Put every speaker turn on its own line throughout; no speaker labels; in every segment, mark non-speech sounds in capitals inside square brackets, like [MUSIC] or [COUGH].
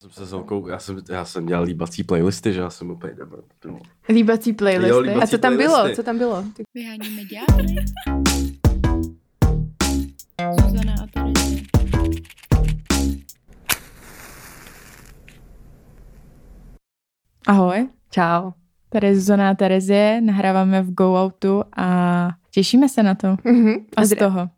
jsem se zoukou, já jsem, já jsem dělal líbací playlisty, že já jsem úplně debil.
Líbací playlisty.
Jo, líbací
a co tam
playlisty.
bylo? Co tam bylo? Ty...
Vyháníme ďábly. Zuzana a Tereza.
Ahoj. Čau. Tady je Zuzana a Terezie, nahráváme v Go Outu a těšíme se na to.
Mhm.
A z
Zdra-
toho.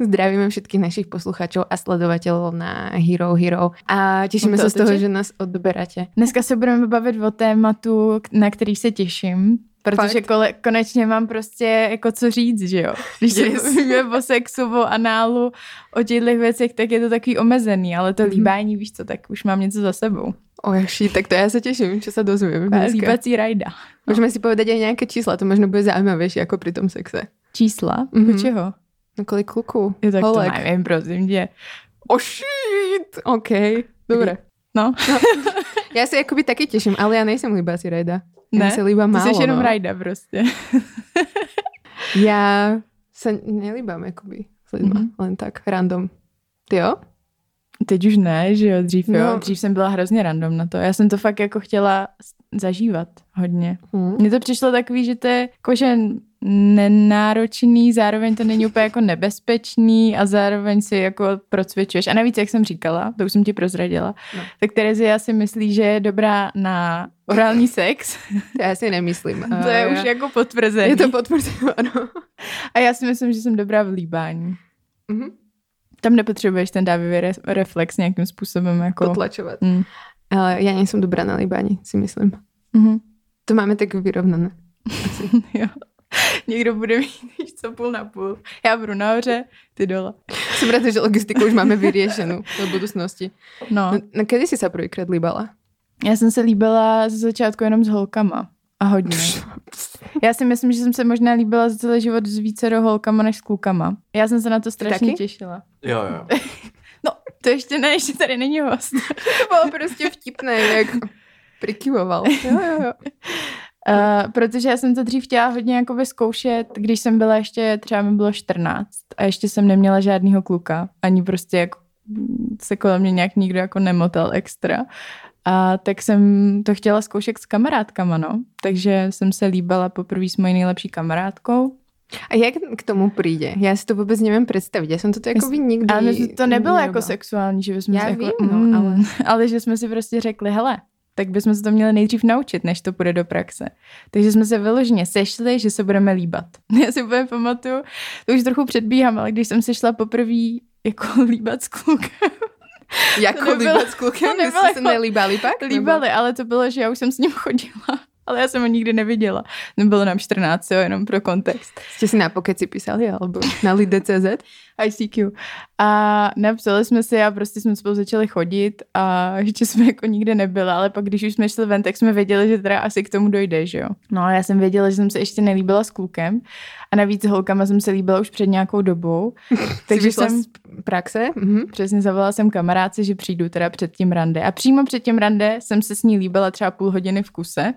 Zdravíme všetkých našich posluchačov a sledovateľov na Hero Hero. A tešíme
No to
sa z toho,
otočí.
že nás odoberáte.
Dneska se budeme bavit o tématu, k- na který se těším, protože
Fakt?
kole, konečně mám prostě jako co říct, že jo. Když se
Yes.
bavíme o sexu, o análu, o těchto věcech, tak je to takový omezený, ale to
Mhm.
líbání, víš co, tak už mám něco za sebou.
Ojaši, tak to ja sa teším, čo sa dozviem dneska.
Líbací rajda.
Môžeme si povedať aj nejaké čísla, to možno bude zaujímavejšie ako pri tom sexe.
Čísla?
Mhm.
Do čeho?
No kolik kluku?
Jo, tak
Holek.
to nevím, prosím tě.
Oh shit! OK, dobre.
No,
[LAUGHS] Ja sa akoby také teším, ale ja nejsem líba si rajda.
Ne?
Ja sa líba
ty
málo.
jsi jenom
no.
rajda prostě.
Ja sa nelíbam akoby s lidma,
Mhm.
len tak, random. Ty jo?
Teď už ne, že jo, dřív jo.
No.
Dřív jsem byla hrozně random na to. Já jsem to fakt jako chtěla s- zažívat hodně.
Hm.
Mně to přišlo takový, že to je jako, že nenáročný, zároveň to není úplně jako nebezpečný a zároveň si jako procvičuješ. A navíc, jak jsem říkala, to už jsem ti prozradila,
No.
no. tak Terezia si myslí, že je dobrá na orální sex.
Ja si nemyslím.
[LAUGHS] to je
A
už
ja-
jako potvrzený.
Je to potvrzené, [LAUGHS] ano.
A já si myslím, že jsem dobrá v líbání.
Mhm.
Tam nepotřebuješ ten dávivý re- reflex nějakým způsobem. Jako...
Potlačovat.
Mm.
Ale já nejsem dobrá na líbání, si myslím.
Mhm.
To máme tak vyrovnané.
[LAUGHS] jo. Někdo bude mít víš co půl na půl. Já budu nahoře, ty dole.
Jsem ráda, že logistiku už máme vyriešenú do budoucnosti.
No.
No, no kedy si sa prvýkrát líbala?
Já jsem se líbila ze začátku jenom s holkama. A hodně. Já si myslím, že jsem se možná líbila za celý život s více do holkama než s klukama. Já jsem se na to strašně
taky?
těšila.
Jo, jo.
No, to ještě ne, ještě tady není host.
To bylo prostě vtipné, jak prikyvoval. Jo, jo, jo.
Uh, protože já jsem to dřív chtěla hodně jako zkoušet, když jsem byla ještě, třeba mi bylo 14 a ještě jsem neměla žádného kluka, ani prostě jako mm, se kolem mě nějak nikdo jako nemotal extra. A tak jsem to chtěla zkoušet s kamarádkama, no. Takže jsem se líbala poprvé s mojí nejlepší kamarádkou.
A jak k tomu přijde? Já si to vůbec nevím představit. Já jsem to jako by nikdy
Ale my jsme- to nebylo jako
nerobila.
sexuální, že bychom
Já
se jako,
vím, no, ale-
[LAUGHS] ale že jsme si prostě řekli, hele, tak bychom se to měli nejdřív naučit, než to půjde do praxe. Takže jsme se vyloženě sešli, že se budeme líbat. [LAUGHS] Já si úplně pamatuju, to už trochu předbíhám, ale když jsem se šla poprvé jako [LAUGHS] líbat s klukem,
Jako
to nebylo-
líbat s klukem?
to
Vy
nebylo
jste se
jako-
nelíbali pak? nebo-
líbali, ale to bylo, že já už jsem s ním chodila, [LAUGHS] ale já jsem ho nikdy neviděla. Nebylo nám 14, jo, jenom pro kontext.
Jste si na pokeci písali, alebo na [LAUGHS] lid.cz?
ICQ. A napsali jsme si a prostě jsme spolu začali chodit a ještě jsme jako nikde nebyla, ale pak když už jsme šli ven, tak jsme věděli, že teda asi k tomu dojde, že jo. No a já jsem věděla, že jsem se ještě nelíbila s klukem a navíc s holkama jsem se líbila už před nějakou dobou.
Jsi
takže
vyšla
jsem
z praxe? Mhm.
přesně zavolala jsem kamarádce, že přijdu teda před tím rande. A přímo před tím rande jsem se s ní líbila třeba půl hodiny v kuse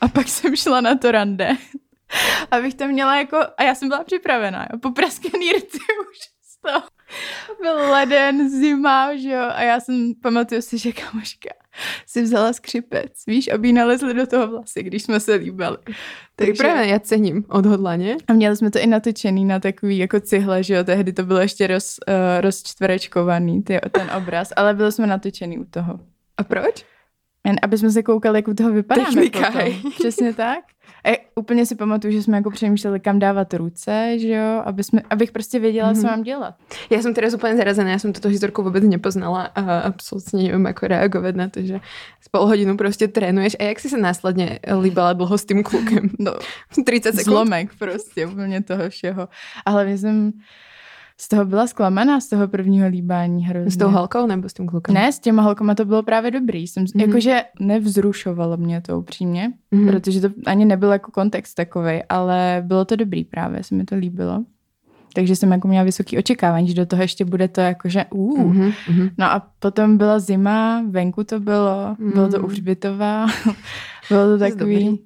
a pak jsem šla na to rande. [LAUGHS] Abych to měla jako, a já jsem byla připravená, jo, popraskaný rty [LAUGHS] už z toho. Byl leden, zima, že jo, a já jsem, pamatuju si, že kamoška si vzala skřipec, víš, aby jí nalezli do toho vlasy, když jsme se líbali.
Připravené, já cením odhodlaně.
A měli jsme to i natočený na takový jako cihle, že jo, tehdy to bylo ještě roz, uh, rozčtverečkovaný ty, ten obraz, ale byli jsme natočený u toho.
A proč?
Jen aby jsme se koukali, jak u toho vypadáme
Technika, hej.
potom. [LAUGHS] Přesně tak. A úplně si pamatuju, že jsme jako přemýšleli, kam dávat ruce, že jo, aby jsme, abych prostě věděla, mm-hmm.
Mhm.
co mám dělat.
Já jsem teraz úplně zarazená, já jsem tuto historku vůbec nepoznala a absolutně nevím, jak reagovat na to, že z pol hodinu prostě trénuješ. A jak jsi se následně líbala dlouho s tím klukem? [LAUGHS]
[LAUGHS] No,
30 sekund.
zlomek prostě úplně toho všeho. A hlavně jsem z toho byla zklamaná, z toho prvního líbání hrozně.
S tou holkou nebo s tím klukem?
Ne, s těma holkama to bylo právě dobrý. Jsem,
Mhm.
mm-hmm. Jakože nevzrušovalo mě to upřímně,
Mhm.
mm-hmm. protože to ani nebyl jako kontext takový, ale bylo to dobrý právě, se mi to líbilo. Takže jsem jako měla vysoký očekávání, že do toho ještě bude to jakože uh. Mm-hmm.
Mhm, mhm.
No a potom byla zima, venku to bylo, mm. bylo to
Mm.
uhřbitová, [LAUGHS] bylo to
To je
takový...
dobrý.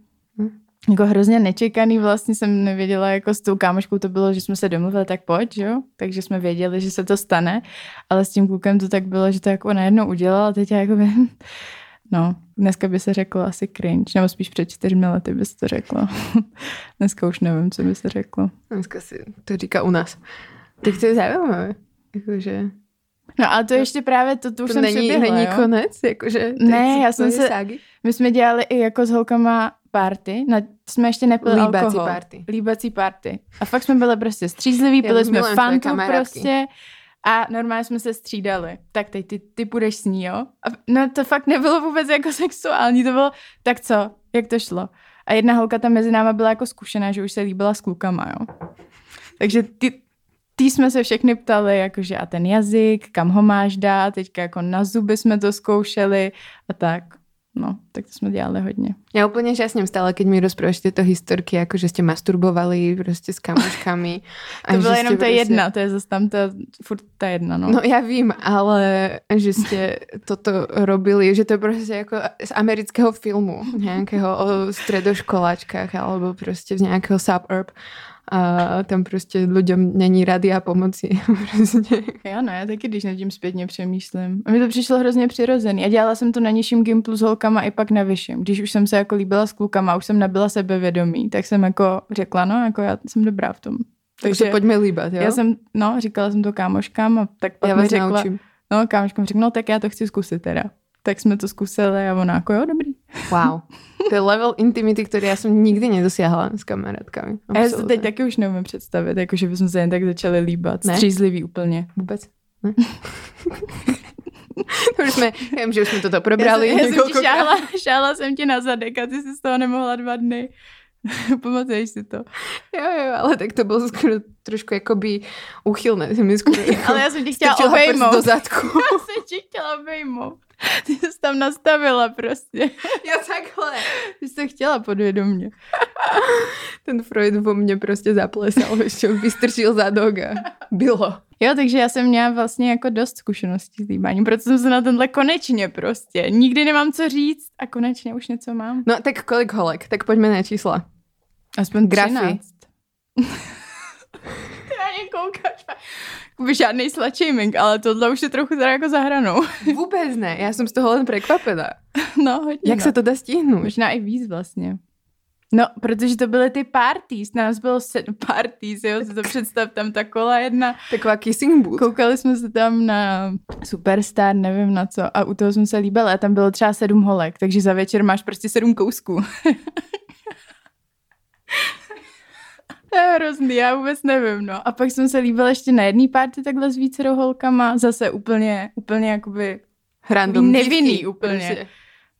Hm.
jako hrozně nečekaný, vlastně jsem nevěděla, jako s tou kámoškou to bylo, že jsme se domluvili, tak pojď, že jo? Takže jsme věděli, že se to stane, ale s tím klukem to tak bylo, že to jako najednou udělala, teď já jako bym, no, dneska by se řeklo asi cringe, nebo spíš před čtyřmi lety by se to řeklo. [LAUGHS] dneska už nevím, co by se řeklo.
Dneska si to říká u nás. Tak to je zajímavé. Jakože,
No ale to ještě právě, to, to už
to
jsem
není,
přeběhla,
není jako
jo?
konec, jakože... to
Ne,
je
já jsem
tvoje
se-
ságy.
My jsme dělali i jako s holkama party, na, jsme ještě nepili
Líbací
alkohol.
party.
Líbací party. A fakt jsme byli prostě střízliví,
Já
byli jsme
milujem tvoje
fantu
kamarádky.
prostě. A normálně jsme se střídali. Tak teď ty, ty půjdeš s ní, jo? A, no to fakt nebylo vůbec jako [LAUGHS] sexuální, to bylo, tak co, jak to šlo? A jedna holka tam mezi náma byla jako zkušená, že už se líbila s klukama, jo? Takže ty, ty jsme se všechny ptali, jakože a ten jazyk, kam ho máš dát, teďka jako na zuby jsme to zkoušeli a tak. No, tak to jsme dělali hodně.
Ja úplne žasnem stále, keď mi rozprávaš tieto historky, ako že ste masturbovali proste s
[LAUGHS]
kamoškami. a že prostě-
to byla
ste
jenom ta
proste-
jedna, to je zase tam ta, furt ta jedna, no.
No ja vím, ale že ste
[LAUGHS]
toto robili, že to je proste ako z amerického filmu, nejakého o stredoškoláčkach alebo proste z nejakého suburb. A tam proste ľuďom není rady a pomoci. [LAUGHS] prostě. Proste.
Já ne, taky když nad tím zpětně přemýšlím. A mi to přišlo hrozně přirozený. A dělala jsem to na nižším gimplu s holkama i pak na vyšším. Když už jsem se jako líbila s klukama, už jsem nabyla sebevědomí, tak jsem jako řekla, no, jako já jsem dobrá v tom.
Takže poďme líbať, jo?
já jsem, no, říkala jsem to kámoškám a tak pak
ja
mi
vás
řekla,
naučím.
No, kámoška mi řekla, no tak já to chci zkusit teda. Tak jsme to zkusili a ona jako jo, dobrý.
Wow. To je level intimity, ktorý ja som nikdy nedosiahla s kamarátkami.
A já si to teď
Absolutně.
taky už neumím představit, jako že bychom se jen tak začali líbat.
Ne?
Ne? Střízlivý úplně.
Vůbec? Ne? [LAUGHS] už jsme, já vím, že už jsme toto probrali.
já, jsem- já jsem ti
několikrát.
šála, [LAUGHS] šála jsem ti na zadek a ty jsi z toho nemohla dva dny. [LAUGHS] Pamatuješ si to.
[LAUGHS] Jo, jo, ale tak to bylo skoro trošku jakoby uchylné. Jsem mi [LAUGHS] skoro, jako,
Ale já jsem ti chtěla
strčila prst
obejmout.
do [LAUGHS] zadku.
[LAUGHS] Já jsem ti chtěla obejmout. [LAUGHS] Ty jsi tam nastavila prostě. [LAUGHS]
jo, takhle.
Ty jsi to chtěla podvědomě.
Ten Freud vo mně prostě zaplesal, [LAUGHS] ještě vystrčil zadok a bylo.
Jo, takže já jsem měla vlastně jako dost zkušeností s líbáním, proto jsem se na tenhle konečně prostě. Nikdy nemám co říct a konečně už něco mám.
No tak kolik holek? Tak pojďme na čísla.
Aspoň
Grafy.
[LAUGHS] 13. Ty na ně koukáš. Jakoby žádný slut shaming, ale tohle už je trochu teda jako za hranou.
Vůbec ne, já jsem z toho len prekvapená.
No, hodně.
Jak
no.
se to dá stihnout?
Možná i víc vlastně. No, protože to byly ty parties, nás bylo se, [LAUGHS] parties, jo, si to představ, tam ta kola jedna.
Taková kissing booth.
Koukali jsme se tam na Superstar, nevím na co, a u toho jsme se líbili a tam bylo třeba sedm holek, takže za večer máš prostě sedm kousků. [LAUGHS] to je hrozný, já vůbec nevím, no. A pak jsem se líbila ještě na jedný párty takhle s vícerou holkama, zase úplně, úplně jakoby
Random
Nevinný
dívky,
úplně.
prostě.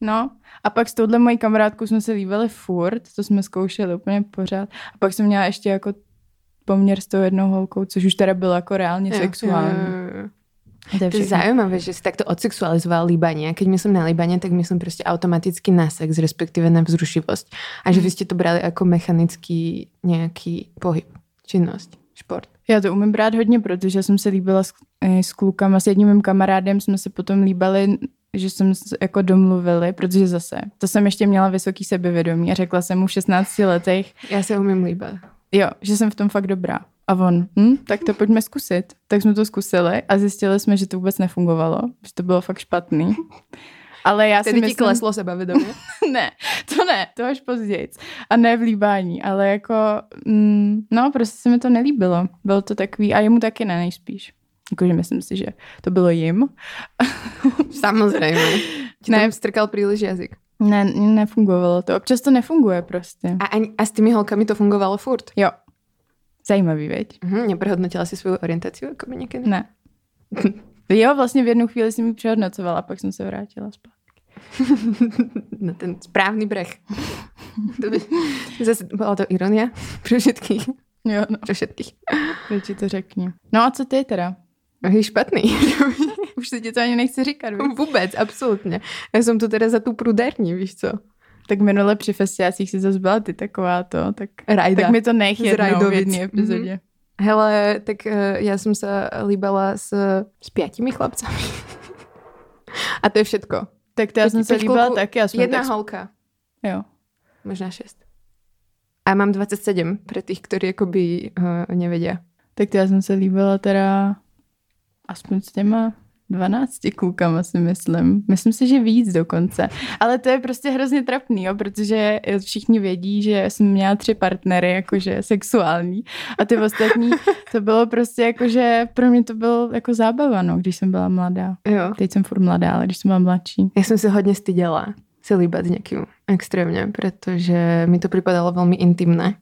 No, a pak s touhle mojí kamarádkou jsme se líbili furt, to jsme zkoušeli úplně pořád. A pak jsem měla ještě jako poměr s tou jednou holkou, což už teda bylo jako reálně
Jo,
sexuální.
jo, jo, jo.
A To je
To je
všechno.
zaujímavé, že si takto odsexualizoval líbanie. Keď myslím na líbanie, tak myslím prostě automaticky na sex, respektíve na vzrušivosť. A že vy ste to brali ako mechanický nejaký pohyb, činnosť, šport.
Já to umím brát hodně, protože jsem se líbila s, eh, s klukama, s jedním mým kamarádem jsme se potom líbali, že jsem s- jako domluvili, protože zase, to jsem ještě měla vysoký sebevědomí a řekla jsem mu v 16 letech,
Ja sa umím líbať.
jo, že jsem v tom fakt dobrá. A on, hm, tak to pojďme zkusit. Tak jsme to zkusili a zjistili jsme, že to vůbec nefungovalo, že to bylo fakt špatný. Ale já si
Tedy ti
myslím...
kleslo [LAUGHS] sebavedomie.
[LAUGHS] ne, to ne, to až později. A ne v líbání, ale jako, mm, no prostě se mi to nelíbilo. Bylo to takový, a jemu taky ne, nejspíš. Jakože myslím si, že to bylo jim. [LAUGHS]
Samozrejme. Ti
Ne.
tam strkal príliš jazyk.
Ne, nefungovalo to. Občas to nefunguje prostě.
A, ani, a s tými holkami to fungovalo furt.
Jo. Zajímavý, veď?
Mhm, neprehodnotila si jako svoju orientáciu ako by niekedy?
Ne. [LAUGHS] Jo, vlastně v jednu chvíli jsem ji přehodnocovala, pak jsem se vrátila spát.
Na ten správny breh. To by... Zase bola to ironia pre všetkých.
Jo, no,
Pre všetkých.
teď ti to řekni. No a co ty teda?
Je špatný.
[LAUGHS]
[LAUGHS]
Už se ti to ani nechci říkat, víš?
Vůbec, absolutně. Já jsem tu teda za tu prudérní, víš co?
[LAUGHS] Tak minule při festiácích si zase byla ty taková to, tak...
Rajda.
Tak mi to nech
Z
jednou v
Rajdovic.
jedné epizodě.
Hele, tak eh, já jsem se líbala s, s pětimi chlapcami. A to je všetko.
Tak to já
Pět-
jsem se
pět
líbila
kluků,
taky. Aspoň
Jedna
tak...
holka.
Jo.
Možná šest. A mám 27 pre tých, ktorí akoby uh, nevedia.
Tak to já jsem se líbila teda aspoň s těma 12 klukama si myslím. Myslím si, že víc dokonce. Ale to je prostě hrozně trapný, jo, protože všichni vědí, že jsem měla tři partnery, jakože sexuální. A ty ostatní, to bylo prostě jakože, pro mě to bylo jako zábava, no, když jsem byla mladá.
Jo.
Teď jsem furt mladá, ale když jsem byla mladší.
Já jsem se hodně styděla se líbat s někým extrémně, protože mi to připadalo velmi intimné.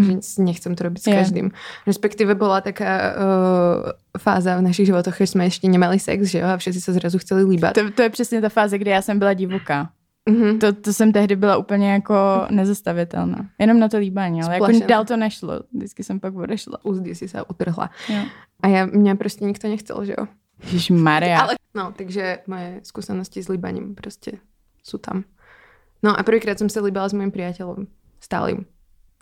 Že s- nechcem to robiť s
Mhm. Je.
každým. Respektive byla taká uh, fáza v našich životoch, když jsme ještě nemali sex, že jo, a všichni se zrazu chceli líbat.
To, to je přesně ta fáze, kdy já jsem byla divoká.
Mhm.
To, to jsem tehdy byla úplně jako nezastavitelná. Jenom na to líbání, ale jako
Splašená.
dál to nešlo. Vždycky jsem pak odešla.
Úzdy si se utrhla.
Jo.
A já, mě prostě nikto nechcel, že jo.
Ježišmarja.
Ale, no, takže moje skúsenosti s líbaním prostě sú tam. No a prvýkrát som sa líbala s mojím priateľom stálym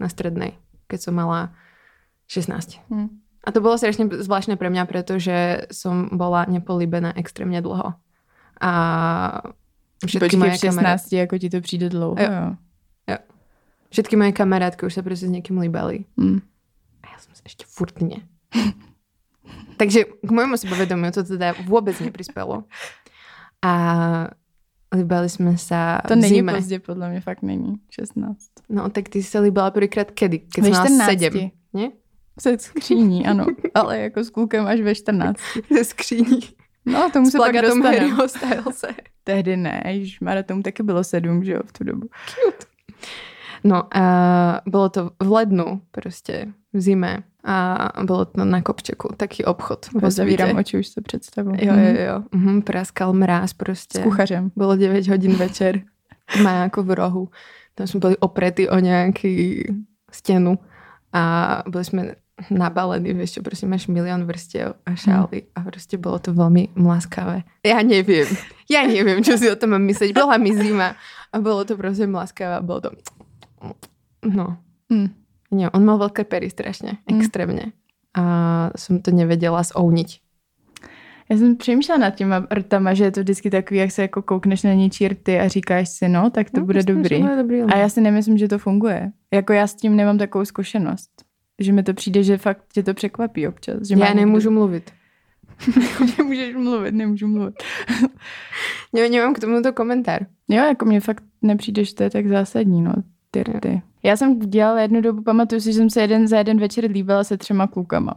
na strednej, keď som mala 16.
Hm.
A to bolo strašne zvláštne pre mňa, pretože som bola nepolíbená extrémne dlho. A všetky
Počkej, v
moje,
16
kamarát,
jako ti to přijde dlouho.
Jo.
Jo.
všetky moje kamarátky už sa proste s niekým líbali.
Mm.
A já jsem se ještě furt ne. [LAUGHS] Takže k mojemu sebevedomiu to teda vůbec neprispělo. A líbali jsme se
To
v
není
zime.
pozdě, podle mě fakt není. 16.
No, tak ty jsi se líbala prvýkrát kedy? Keď
Ve
jsi měla
14.
sedm, ne?
Se
[LAUGHS]
skříní, ano. Ale jako s klukem až ve 14.
Ze skříní.
No, tomu
S
se pak
plagatom
dostaneme.
Harryho Stylese.
Tehdy ne, ježišmarja, tomu taky bylo sedm, že jo, v tu dobu.
No, a bylo to v lednu prostě, v zime. A bylo to na Kopčeku, taký obchod. vo
Zavírám
Svite.
oči, už se představu.
Jo, jo, jo. Mhm, praskal mráz prostě.
S kuchařem.
Bylo 9 hodin večer. Má jako v rohu. Tam jsme byli opretí o nějaký stěnu a byli jsme nabalení, víš čo, prostě máš milion vrstev a šály a prostě bylo to velmi mlaskavé. Já nevím, já nevím, čo si o tom mám myslet. Byla mi zima a bylo to prostě mlaskavé a bylo to... No,
Hm.
ne, on mal velké pery strašně,
Mm.
extrémně. A jsem to nevěděla zouniť.
Já jsem přemýšlela nad těma rtama, že je to vždycky takový, jak se jako koukneš na něčí rty a říkáš si, no, tak to
No,
bude
myslím, že
dobrý.
bude dobrý
A já si nemyslím, že to funguje. Jako já s tím nemám takovou zkušenost. Že mi to přijde, že fakt tě to překvapí občas. Že
já
mám [LAUGHS]
nemůžu mluvit.
Někdo, nemůžeš mluvit, nemůžu mluvit.
Ne, nemám k tomuto komentár.
Jo, jako mě fakt nepřijde, že to je tak zásadní, no, ty rty. Já jsem dělala jednu dobu, pamatuju si, že jsem se jeden za jeden večer líbila se třema klukama.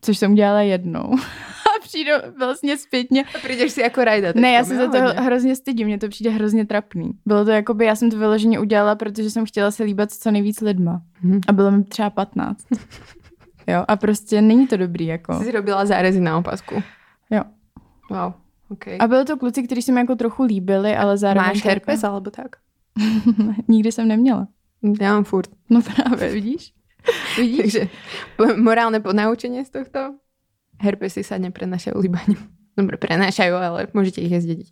Což jsem dělala jednou. [LAUGHS] A přijdu vlastně zpětně.
A přijdeš si jako rajda.
Ne, já
teďkom,
se
jo,
za to
hodně.
hrozně stydím, mně to přijde hrozně trapný. Bylo to jako by, já jsem to vyloženě udělala, protože jsem chtěla se líbat s co nejvíc lidma.
Mhm.
A bylo mi
[LAUGHS]
třeba 15. Jo, a prostě není to dobrý, jako.
Jsi si robila zárezy na opasku.
Jo.
Wow, okay.
A byly to kluci, kteří se mi jako trochu líbili, ale zároveň...
Máš
jsem
herpes alebo tak?
Jako... [LAUGHS] Nikdy jsem neměla.
Já mám furt.
No právě, vidíš? Vidíš?
Takže po- morálne ponaučenie z tohto. Herpesy sa neprenašajú líbaním. Dobre, prenášajú, ale môžete ich aj zdediť.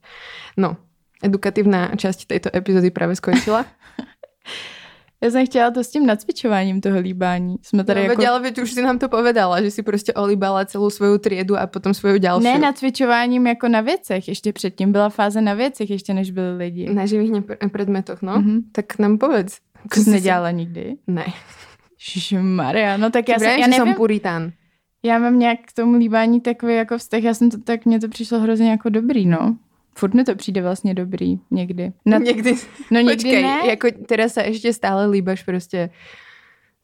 No, edukatívna časť tejto epizódy práve skončila.
Já jsem chtěla to s tím nacvičováním toho líbání. Jsme [LAUGHS] tady
Tady
jako...
Veď, ale veď už si nám to povedala, že si prostě olíbala celú svoju triedu a potom svoju ďalšiu.
Ne nacvičováním jako na věcech, ještě předtím byla fáze na věcech, ještě než byli lidi.
na živých nepr- predmetoch, no. jako Mm-hmm.
Mhm.
Tak nám povedz.
Co jsi nedělala nikdy?
Ne.
Maria, no tak já, jsem,
Vrajím,
já
že som
nevím,
puritán.
já mám nějak k tomu líbání takový jako vztah, já jsem to, tak mně to přišlo hrozně jako dobrý, no. Furt mi to přijde vlastně dobrý, někdy.
[LAUGHS]
Na,
Někdy
no někdy
Počkej,
ne.
jako teraz sa ešte stále líbaš prostě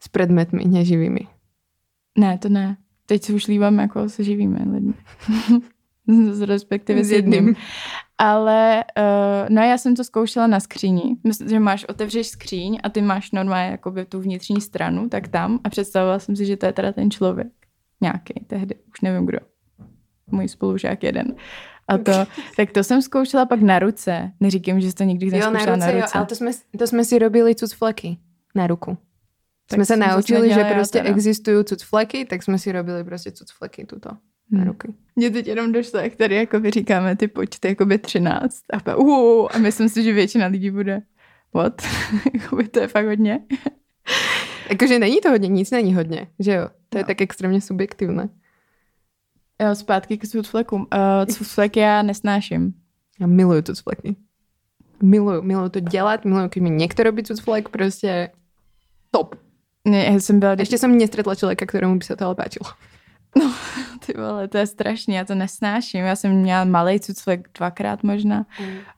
s predmetmi neživými.
Ne, to ne. Teď se už líbám, jako se živíme lidmi. [LAUGHS] S- respektive s
S
jedním.
jedním.
Ale uh, no já jsem to zkoušela na skříni. Myslím, že máš, otevřeš skříň a ty máš normálně jakoby tu vnitřní stranu, tak tam. A představovala jsem si, že to je teda ten člověk. Nějaký tehdy, už nevím kdo. Můj spolužák jeden. A to, tak to jsem zkoušela pak na ruce. Neříkám, že jsi to nikdy
Jo,
nezkoušela
na ruce, na ruce, jo, ale to jsme, to jsme si robili cucfleky na ruku. Tak jsme se
jsem to
naučili, že
nedělala já
prostě
teda.
existují cucfleky, tak jsme si robili prostě cucfleky tuto na
Hmm.
ruky.
Mně teď jenom došlo, jak tady jakoby říkáme ty počty, jakoby 13 a, pa, uh, a myslím si, že většina lidí bude what? [LAUGHS] jakoby to je fakt hodně.
Jakože není to hodně, nic není hodně, že jo? To je
No.
tak extrémně subjektivné.
Jo, zpátky k cucflekům. Uh, cucflek já nesnáším.
Já miluju cucfleky. Miluju, miluju to dělat, miluju, když mi někdo robí cucflek, prostě top.
Ne, já jsem byla...
Ještě jsem nestretla člověka, kterému by se tohle páčilo.
[LAUGHS] Ty vole, to je strašný, já to nesnáším. Já jsem měla malej cuclek dvakrát možná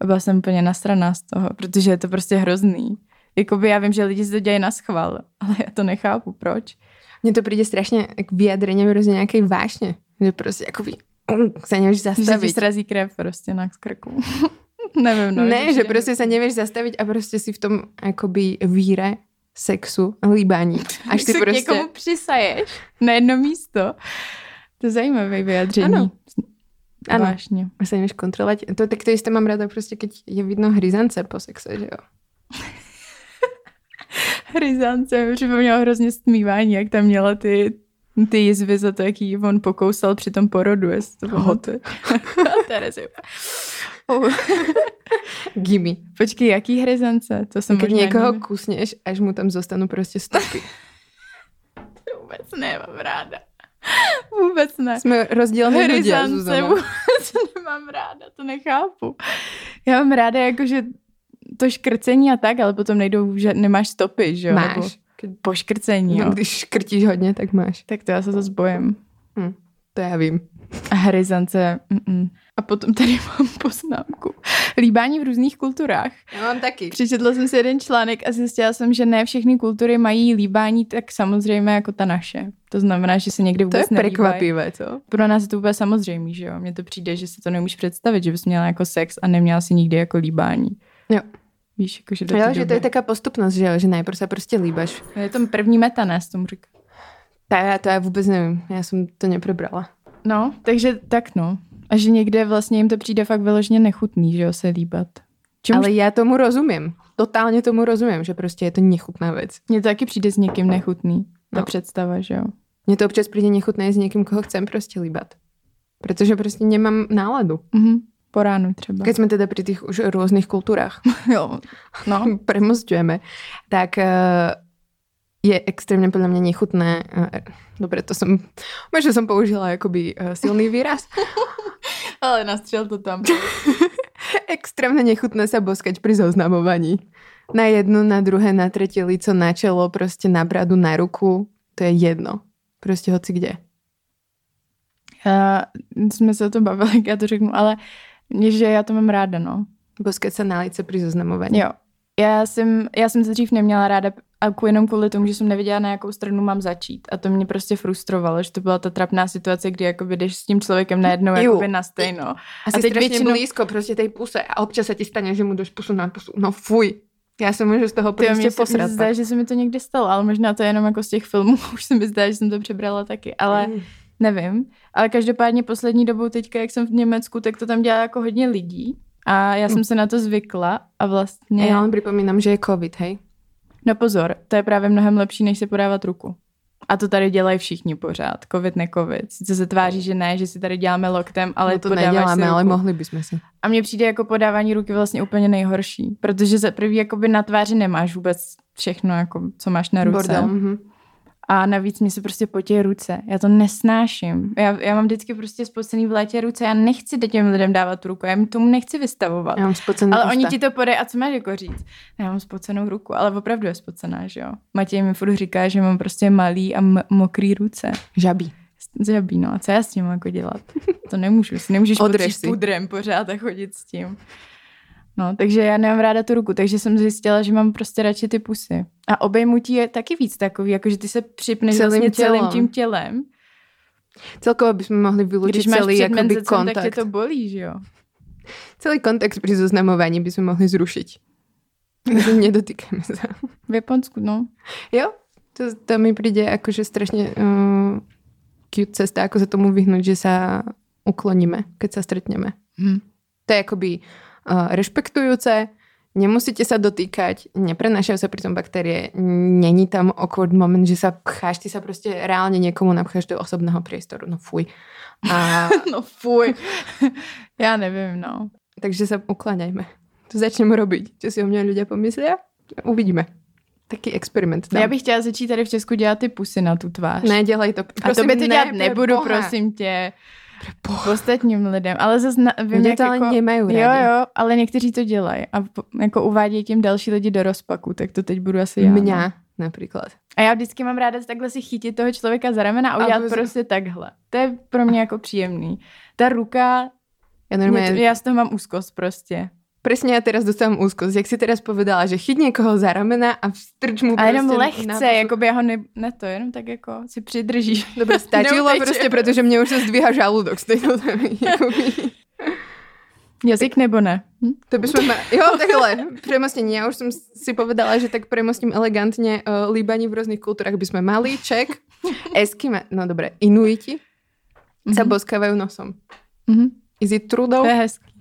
a byla jsem úplně nasraná z toho, protože je to prostě hrozný. Jakoby já vím, že lidi si to dělají na schvál, ale já to nechápu, proč.
Mně to přijde strašně k vyjadrením hrozně nějaké vášně, že prostě jakoby um, se nevíš
Že ti
zastavit.
srazí krev prostě na z krku. [LAUGHS] Nevím, no.
ne, že
přijde-
prostě se nevíš zastavit a prostě si v tom jakoby víre sexu,
[LAUGHS]
líbání. Až ty
se k
prostě...
někomu přisaješ na jedno místo. To je zajímavé vyjádření.
Ano. Ano.
Vážně.
A se nevíš kontrolovat. To, tak to jisté mám ráda prostě, keď je vidno hryzance po sexe, že jo.
Hryzance mi připomnělo hrozně stmívání, jak tam měla ty, ty jizvy za to, jaký ji on pokousal při tom porodu, jestli to pamatuje. [LAUGHS] Terezy.
Gibi.
Počkej, jaký hryzance? To jsem
Keď
možná
někoho
ani
kusneš, až mu tam zostanou prostě
[LAUGHS]
stopy.
ne- vůbec nemám ráda. Vůbec
[LAUGHS]
ne.
Jsme rozdílné lidé,
Hryzance
Zuzana.
vůbec nemám ráda, [LAUGHS] to nechápu. Já mám ráda jakože to škrcení a tak, ale potom nejdou, že nemáš stopy, že jo? Nebo
Máš. Keď-
poškrcení, jo.
No, když škrtíš hodně, tak máš.
Tak to já se zase bojím.
To já vím.
A Hryzance. Mm-mm. A potom tady [LAUGHS] mám poznámku. Líbání v různých kulturách.
Já mám taky.
Přečetla jsem si jeden článek a zjistila jsem, že ne všechny kultury mají líbání tak samozřejmě jako ta naše. To znamená, že se někdy
To je
vůbec nelíbají.
překvapivé, co?
Pro nás je to úplně samozřejmé, že jo? Mně to přijde, že si to nemůžeš představit, že bys měla jako sex a neměla si nikdy jako líbání.
Jo.
Víš, jako, že do
Jo,
té
No že to
doby.
je taká postupnost, že jo, že najprv se prostě líbaš.
Je to první meta, ne? S tomu říká.
To já, to já vůbec nevím, já jsem to neprobrala.
No, takže tak no. A že někde vlastně jim to přijde fakt vyloženě nechutný, že jo, se líbat. Čemu
Ale já tomu rozumím, totálně tomu rozumím, že prostě je to nechutná věc.
Mně to taky přijde s někým nechutný, ta
No.
no. představa, že jo.
Mně to občas přijde nechutné s někým, koho chcem prostě líbat. Protože prostě nemám náladu.
Mhm. Po ránu třeba.
Keď jsme teda při těch už různých kulturách
jo. No.
[LAUGHS] premostujeme, tak eh, je extrémně podle mě nechutné. eh, Dobře, to jsem, možná jsem použila jakoby eh, silný výraz.
Ale nastřel to tam.
Extrémne nechutné sa boskať pri zoznamovaní. Na jedno, na druhé, na tretie lico, na čelo, proste na bradu, na ruku. To je jedno. Proste hoci kde.
Uh, jsme se o tom bavili, [LAUGHS] jak já to řeknu, ale mě, že já to mám ráda, no.
Boskať sa na lice pri zoznamovaní.
Jo. Já jsem, já jsem to dřív neměla ráda a ku- jenom kvůli tomu, že jsem nevěděla, na jakou stranu mám začít. A to mě prostě frustrovalo, že to byla ta trapná situace, kdy jakoby jdeš s tím člověkem najednou
Ju.
jakoby na stejno.
A si
teď
strašne
väčšinou-
blízko proste tej puse a občas sa ti stane, že mu dáš pusu na pusu. No fuj. Ja sa môžu z toho prostě
Ty jo,
proste
mně se
posrať.
mně se zdá, že se mi to někdy stalo, ale možná to je jenom jako z těch filmů, [LAUGHS] už se mi zdá, že jsem to přebrala taky, ale
Mm.
nevím. Ale každopádně poslední dobou teďka, jak jsem v Německu, tak to tam dělá jako hodně lidí a já jsem se na to zvykla a vlastně...
Ja len pripomínam, že je covid, hej.
No pozor, to je právě mnohem lepší, než se podávat ruku. A to tady dělají všichni pořád, covid, ne covid. Sice se tváří, že ne, že si tady děláme loktem, ale
no to
podáváš si
neděláme, ale
ruku.
mohli by sme si.
A mně přijde jako podávání ruky vlastně úplně nejhorší, protože za prvý jakoby na tváři nemáš vůbec všechno, jako, co máš na ruce.
Bordel. mhm.
A navíc mě se prostě potějí ruce. Já to nesnáším. Já, já mám vždycky prostě spocený v létě ruce. Já nechci těm lidem dávat tu ruku. Já jim tomu nechci vystavovat.
Ja mám spocené
Ale oni
ústa.
ti to podají a co máš jako říct? Já mám spocenou ruku, ale opravdu je spocená, že jo? Matěj mi furt říká, že mám prostě malý a m- mokrý ruce.
Žabí.
Zabí, no a co já s tím jako dělat? To nemůžu, si nemůžeš
Odrež
potřít
si.
pudrem pořád a chodit s tím. No, takže já nemám ráda tu ruku, takže jsem zjistila, že mám prostě radši ty pusy. A obejmutí je taky víc takový, jakože ty se připneš
Celým
celým, vlastně celým
tělem.
tím tělem.
Celkovo by sme mohli
Když
vylúčiť
máš
celý
před
jakoby
menzecem, tak tě
kontakt.
to bolí, že jo?
Celý kontext pri zoznamovaní by sme mohli zrušiť. Takže nedotýkame sa.
V Japonsku,
[LAUGHS]
no.
Jo, to, to mi príde akože strašne uh, cute cesta, ako sa tomu vyhnúť, že sa ukloníme, keď sa stretneme.
Hm.
To je akoby uh, rešpektujúce, nemusíte sa dotýkať, neprenášajú sa pritom baktérie, není tam awkward moment, že sa pcháš, ty sa prostě proste reálne niekomu napcháš do osobného priestoru, no fuj. A,
No fuj. [LAUGHS] já nevím, no.
Takže sa ukláňajme. To začneme robiť. Čo si o mňa ľudia pomyslia? Uvidíme. Taký experiment.
Já
Dám.
bych chtěla začít tady v Česku dělat ty pusy na tu tvář.
No. Ne, dělej to.
a
Prosím,
to by to
ne,
dělat
pre
nebudu,
Boha.
prosím tě. Ostatním lidem, ale zase na, vím,
Ľudia
jak
to ale
jako...
nemají
Jo,
rádi.
jo, ale někteří to dělají a po- jako uvádějí tím další lidi do rozpaku, tak to teď budu asi já. no.
Mňa napríklad.
A já vždycky mám ráda takhle si chytit toho člověka za ramena a udělat
vůbec-
prostě takhle. To je pro mě jako příjemný. Ta ruka,
Ja
mě to,
normálne, ja...
já z toho mám úzkost prostě.
presne ja teraz dostávam úzkosť. Jak si teraz povedala, že chyť niekoho za ramena a strč mu
A jenom
proste prostě na
lehce,
pasu.
jako by já ho ne, ne to, jenom tak jako si přidržíš.
Dobre, stačilo
Neutečie.
proste, pretože mne už sa zdvíha žalúdok z tejto témy. [LAUGHS]
[LAUGHS]
Jakoby-
Jazyk nebo ne? Hm?
To by sme ma... Jo, takhle, premostenie. Ja už som si povedala, že tak premostím elegantne. Uh, Líbani v rôznych kultúrach by sme mali. Ček, Eskime, no dobre, Inuiti sa
Mhm.
boskávajú nosom.
Mhm.
Is it
To
trudou?
je hezký.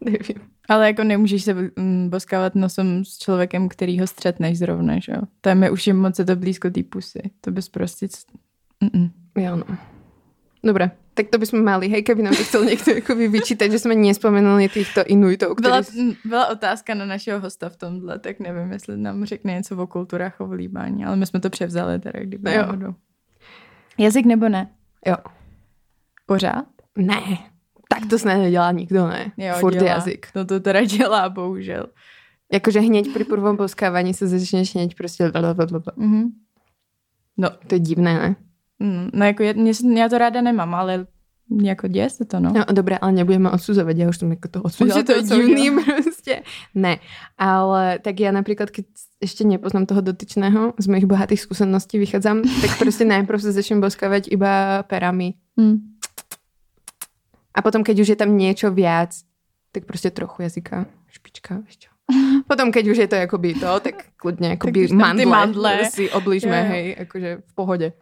Neviem.
Ale jako nemůžeš se mm, boskávat nosem s člověkem, který ho střetneš zrovna, že jo? Tam je už je moc je to blízko té pusy. To bys prostě... Mm-mm.
Jo, no. Dobre, tak to by sme mali. Hej, keby nám to chcel niekto akoby vyčítať, že sme nespomenuli týchto Inuitov,
Byla,
ktorí...
m, byla otázka na našeho hosta v tomhle, tak nevím, jestli nám řekne něco o kulturách a o líbání, ale my jsme to převzali teda, kdyby
Jo.
náhodou. Jazyk nebo ne?
Jo.
Pořád?
Ne, tak to snad nedělá nikdo, ne? Jo, Furt dělá. jazyk.
No to teda [LAUGHS] dělá, bohužel.
Jakože hněď při prvom poskávání se začneš hněď prostě blablabla.
Mhm. No,
To je divné, ne?
mm, no jako je, mě, já to ráda nemám, ale jako děje se to, no.
No dobré, ale nebudeme odsuzovat, já už jsem jako to odsuzila.
je to
je
odsoudila.
divný [LAUGHS] prostě. Ne, ale tak já například, když ještě nepoznám toho dotyčného, z mojich bohatých zkušeností vychádzam, tak prostě najprv se začnem boskávat iba perami.
Mm.
A potom, keď už je tam něco viac, tak prostě trochu jazyka, špička, ještě. Potom, keď už je to jakoby to, tak klidně jakoby
už
tak
tam
mandle,
ty mandle.
mandle, si obližme,
Jo, jo.
hej, jakože v pohodě.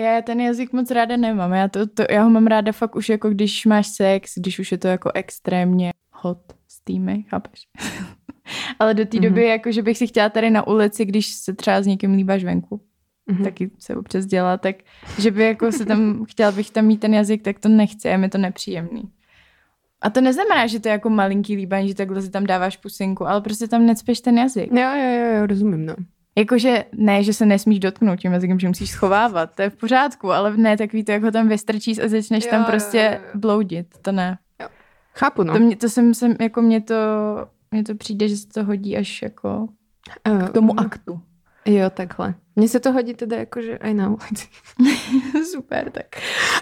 Já ten jazyk moc ráda nemám, já, to, to, já ho mám ráda fakt už jako když máš sex, když už je to jako extrémně hot s týmy, chápeš? [LAUGHS] ale do té
Mhm.
doby, jako že bych si chtěla tady na ulici, když se třeba s někým líbáš venku,
Mhm.
taky se občas dělá, tak že by jako se tam, [LAUGHS] chtěla bych tam mít ten jazyk, tak to nechci, je mi to nepříjemný. A to neznamená, že to je jako malinký líbání, že takhle si tam dáváš pusinku, ale prostě tam necpeš ten jazyk.
Jo, jo, jo, jo, rozumím, no.
Jakože ne, že se nesmíš dotknout tím jazykem, že musíš schovávat, to je v pořádku, ale ne takový to, jak ho tam vystrčíš a začneš
Jo,
tam
jo,
prostě
jo, jo.
bloudit, to ne.
Chápu, no.
No. To, mě, to jsem, jsem, jako mě to, mě to přijde, že se to hodí až jako
Eh,
k tomu aktu.
Jo, takhle. Mně se to hodí teda jakože aj na ulici.
[LAUGHS] Super, tak.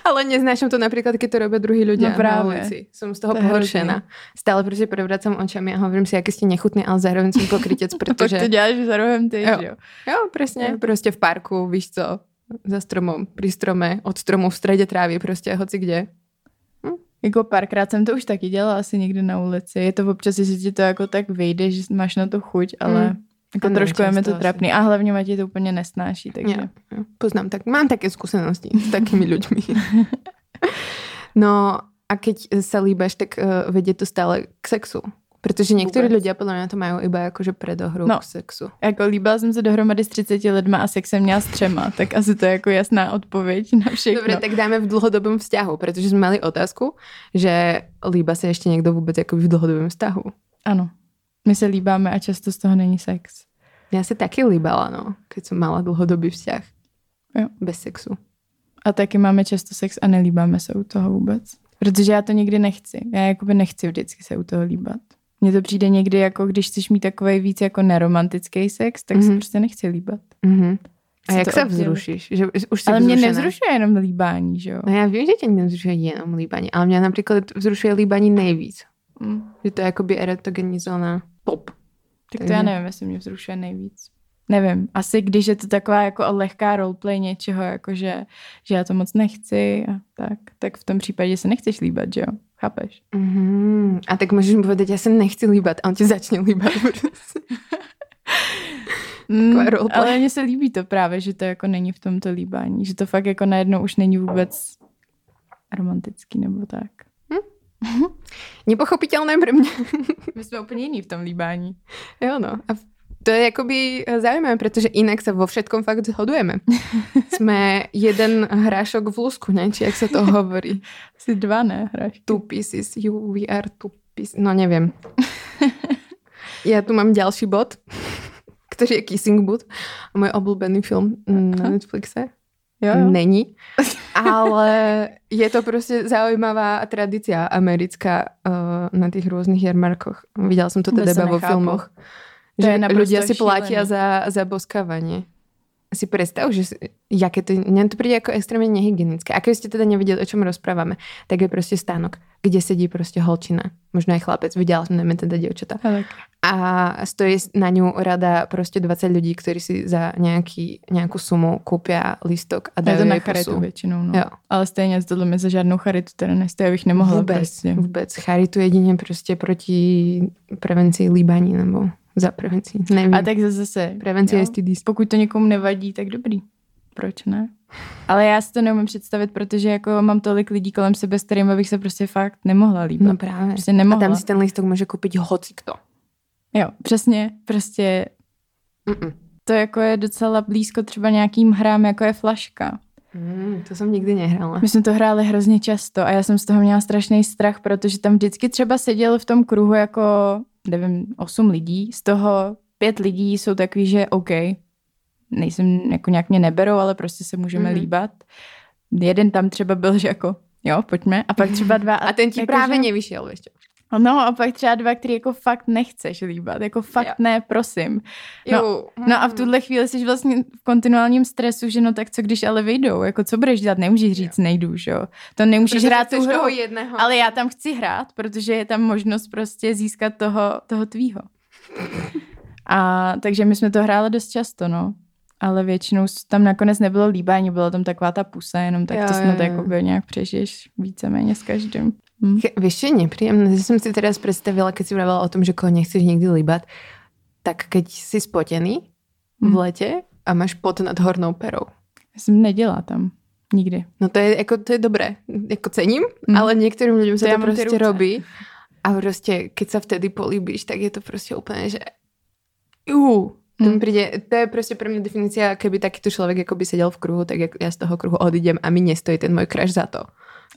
Ale neznášam to například, když to robí druhý lidé
No
no na
právě.
ulici. Jsem z toho
To
to
je
pohoršená.
hrozný.
Stále prostě prevracam očami a hovorím si, jak jste nechutný, ale zároveň jsem
[LAUGHS]
pokrytec,
A pak
protože...
to děláš za rohem ty,
Jo.
že jo.
Jo, přesně. Prostě v parku, víš co, za stromom, pri strome, od stromu, v strede trávy, prostě hoci kde.
Jako párkrát jsem to už taky dělala asi někde na ulici. Je to občas, jestli ti to jako tak vyjde, že máš na to chuť, ale
Mm.
jako
ne,
trošku je mi
často
to
asi.
trapný. A hlavně Matěj to úplně nesnáší, takže...
Jo, jo. Poznám tak, mám také skúsenosti s takými
[LAUGHS]
ľuďmi. No a keď sa líbaš, tak uh, vedie to stále k sexu. Protože někteří
Vůbec.
lidé podle mě to mají iba jakože predohru
No.
no. k sexu.
Jako líbila jsem se dohromady s 30 lidma a sex jsem měla s třema, tak asi to je jako jasná odpověď na všechno.
Dobre, tak dáme v dlhodobém vzťahu, protože jsme měli otázku, že líba se ještě někdo vůbec jakoby v dlhodobém vzťahu.
Ano, my se líbáme a často z toho není sex.
Já se taky líbala, no, keď jsem mala dlhodobý vzťah.
Jo.
Bez sexu.
A taky máme často sex a nelíbáme se u toho vůbec. Protože já to nikdy nechci. Já jakoby nechci vždycky se u toho líbat. Mně to přijde někdy jako, když chceš mít takový víc jako neromantický sex, tak mm-hmm. se
Mhm.
prostě nechci líbat.
Mhm. A
Chci
jak
to
se
oddělit.
vzrušíš? Že už jsi
Ale mě
vzrušená?
nevzrušuje jenom líbání, že jo?
No já vím, že tě nevzrušuje jenom líbaní, ale mě například vzrušuje líbaní nejvíc.
Mm.
Že to je jakoby erotogenní zóna top.
Tak to já
Takže-
nevím, jestli mě vzrušuje nejvíc. Nevím, asi když je to taková jako lehká roleplay něčeho, jako že, že já to moc nechci a tak, tak v tom případě se nechceš líbat, že jo? Chápeš?
Mm-hmm. A tak můžeš mu povedať, já se nechci líbat a on ti začne
[LAUGHS]
líbat.
Mm,
roleplay.
ale mně se líbí to právě, že to jako není v tomto líbání, že to fakt jako najednou už není vůbec romantický nebo tak.
Nepochopitelné pro mě.
[LAUGHS] My jsme úplně jiný v tom líbání.
Jo no. A to je jakoby zajímavé, protože jinak se vo všetkom fakt zhodujeme. Jsme jeden hrášok v lusku, ne? Či jak se to hovorí.
Asi dva, ne? Hraš.
Two pieces, you, we are two pieces. No nevím. Já tu mám další bod, [LAUGHS] který je Kissing Booth. Můj oblíbený film mm, na
Aha.
Netflixe.
Jo, jo.
Není. [LAUGHS] Ale je to prostě zaujímavá tradice americká uh, na těch různých jarmarkoch. Viděla jsem to
Vůbec
teda
to
iba vo
nechápu.
filmoch.
To je
že
naprosto
ľudia si platia
šílené.
za, za boskávanie. Si predstav, že si- jaké to, mne to príde ako extrémne nehygienické. A keby ste teda nevedeli, o čom rozprávame, tak je proste stánok, kde sedí proste holčina, možno aj chlapec, vyďalujeme teda dievčata.
Hele,
A stojí na ňu rada prostě proste 20 ľudí, ktorí si za nejaký, nejakú sumu kúpia listok a
Já
dajú
to na
jej
charitu
pusu.
většinou, no.
Jo.
Ale stejně tohle mi za žádnou charitu teda nestojí, abych nemohla
vůbec,
prostě.
vůbec. Charitu jedině prostě proti prevenci líbaní nebo za prevenci. Nevím.
A tak zase,
Prevenci
jo.
STDs.
pokud to někomu nevadí, tak dobrý. Proč ne? Ale já si to neumím představit, protože jako mám tolik lidí kolem sebe, s kterými bych se prostě fakt nemohla líbit.
No
No,
právě.
prostě
A
nemohla.
tam si ten lístok může koupit hocikto.
Jo, přesně, prostě to jako je docela blízko třeba nějakým hrám, jako je flaška.
Mm, to jsem nikdy nehrála.
Hmm, My jsme to hráli hrozně často a já jsem z toho měla strašný strach, protože tam vždycky třeba seděl v tom kruhu jako, nevím, osm lidí, z toho pět lidí jsou takový, že OK, nejsem, jako nějak mě neberou, ale prostě se můžeme
Mhm.
mm-hmm. líbat. Jeden tam třeba byl, že jako jo, pojďme. A pak třeba
[LAUGHS]
dva.
A ten ti
jako,
právě
že-
nevyšel ještě.
No a pak třeba dva, který jako fakt nechceš líbat, jako fakt
Jo.
ne, prosím. No,
Jo. mm.
No a v tuhle chvíli jsi vlastně v kontinuálním stresu, že no tak co když ale vyjdou, jako co budeš dělat, nemůžeš říct nejdu, že jo. To nemůžeš
Protože
hrát tu
chceš
hru,
toho jedného.
ale já tam chci hrát, protože je tam možnost prostě získat toho, toho tvýho. A takže my jsme to hráli dost často, no. Ale většinou s- tam nakonec nebylo líbání, byla tam taková ta pusa, jenom tak
Jo,
jo, to
jo,
snad
jo.
jako nějak přežiješ víceméně s každým.
Ch- Víš, čo je nepříjemné, že jsem si teraz představila, keď si mluvila o tom, že koho nechceš nikdy líbat, tak keď si spotený v
Mhm.
lete a máš pot nad hornou perou.
Já jsem nedělala tam. Nikdy.
No to je, jako, to je dobré, jako cením, mm.
Mm.
ale některým lidem se
To
to,
já
to
mám ty
prostě
ruce.
robí. A prostě, keď se vtedy políbíš, tak je to prostě úplně, že jú, to, mi
Mm.
príde, to je prostě pro mě definice, keby takýto člověk jako by seděl v kruhu, tak jak já z toho kruhu odjdem a mi nestojí ten můj crush za to.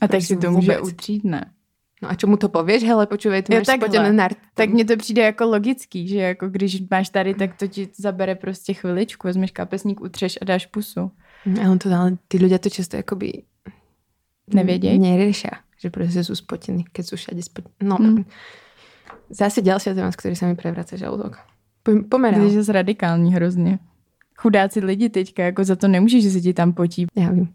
A tak
Prosím,
si to může
vůbec.
utřít, ne?
No a čemu to pověš? Hele, počúvaj, ty
Jo,
máš
takhle.
spotené na...
Tak mně to přijde jako logický, že jako když máš tady, tak to ti zabere prostě chviličku, vezmeš kapesník, utřeš a dáš pusu.
Ale to, ale ty lidé to často jakoby
Nevěděj.
Neriešia, že prostě jsou spotení, keď jsou všade spotení. No, mm.
Mm.
Zase další téma, z který se mi prevrace žaludok. Po- Pomeral.
Když jsi radikální hrozně. Chudáci lidi teďka, jako za to nemůžeš, že se ti tam potí.
Já vím.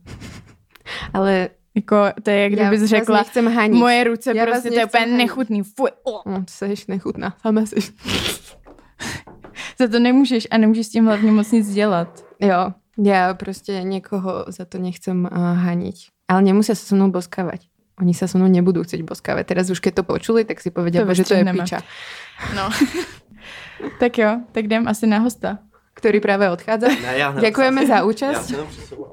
Ale
Jako to je, jak
já
kdybys
vás
řekla,
nechcem hanit.
moje ruce
Já
já
vás
prostě, to je
nechci
úplně
hanit.
nechutný. Fuj, o,
No, to seš nechutná. Sama seš.
za to nemůžeš a nemůžeš s tím hlavně moc nic dělat.
Jo, já prostě někoho za to nechcem uh, hanit. Ale nemusí se se mnou boskávat. Oni se se mnou nebudou chcet boskávat. Teraz už keď to počuli, tak si povedia,
To
že to je
vystřihneme.
piča.
No. tak jo, tak jdem asi na hosta.
Který právě odchádza.
Ne, já
Děkujeme za
Já
účast.
jsem jenom přesouval.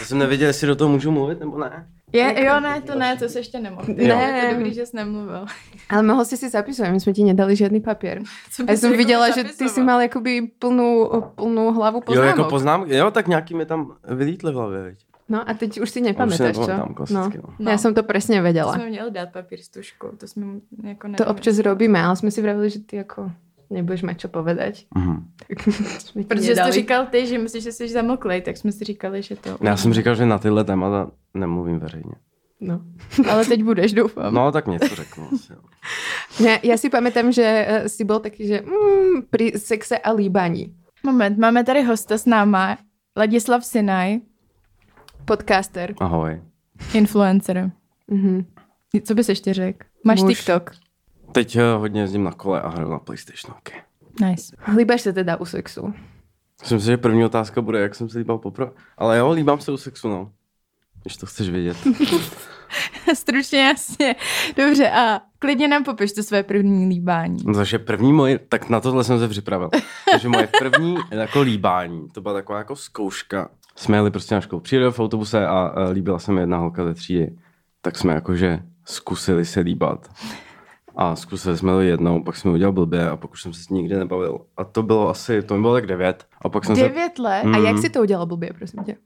Já jsem nevěděl, jestli do toho můžu mluvit nebo ne.
Je, jo, ne, to ne, to se ještě nemohl.
Ne.
Je to dobrý, že jsi nemluvil. [LAUGHS]
Ale mohl jsi si zapisovat, my jsme ti nedali žádný papír.
Co
Já
bys
jsem
jako
viděla, že ty jsi
zapisoval?
mal jakoby plnou, plnou hlavu
Jo,
poznámok.
jako poznám, jo, tak nějaký mi tam vylítli v hlavě, viď.
No a teď už si
A Už si
nepamätáš, čo?
nepamatám klasicky, no.
Já jsem to přesně
To
věděla.
jsme měli dát papír s tuškou, to jsme mu jako
To
nedali.
občas robíme, ale jsme si vravili, že ty jako nebudeš mať čo povedať.
Mhm.
Tak jsme ti
Protože jsi to
nedali.
říkal ty, že myslíš, že jsi zamlklej, tak jsme si říkali, že to...
Já jsem říkal, že na tyhle témata nemluvím veřejně.
No.
[LAUGHS] Ale teď budeš, doufám.
No, tak něco řeknu asi, jo.
Ne, já si pamatám, že eh, si byl taky, že mm, pri sexe a líbaní.
Moment, máme tady hosta s náma, Ladislav Sinaj,
Podcaster.
Ahoj.
influencer.
Mhm.
Co bys ještě řekl? Máš
Muž.
TikTok.
Teď eh, hodně jezdím na kole a hraju na PlayStation. Okay.
Nice. [LAUGHS]
Líbáš se teda u sexu?
Myslím si, že první otázka bude, jak jsem se líbal poprvé. Ale jo, líbám se u sexu, no. Když to chceš vědět.
Stručně, jasně. Dobře, a klidně nám popiš to své první líbání.
No, Takže první moje, tak na tohle jsem se
[LAUGHS]
připravil. Takže moje první jako líbání, to byla taková jako zkouška. Jsme jeli prostě na školu přijeli v autobuse a eh, líbila se mi jedna holka ze třídy. Tak jsme jakože zkusili se líbat. A zkusili jsme to jednou, pak jsme udělal blbě a pak už jsem se s ní nikdy nebavil. A to bylo asi, to mi bylo tak devět. A pak jsem se,
Devět let?
A jak
Mhm.
si to udělal blbě, prosím tě?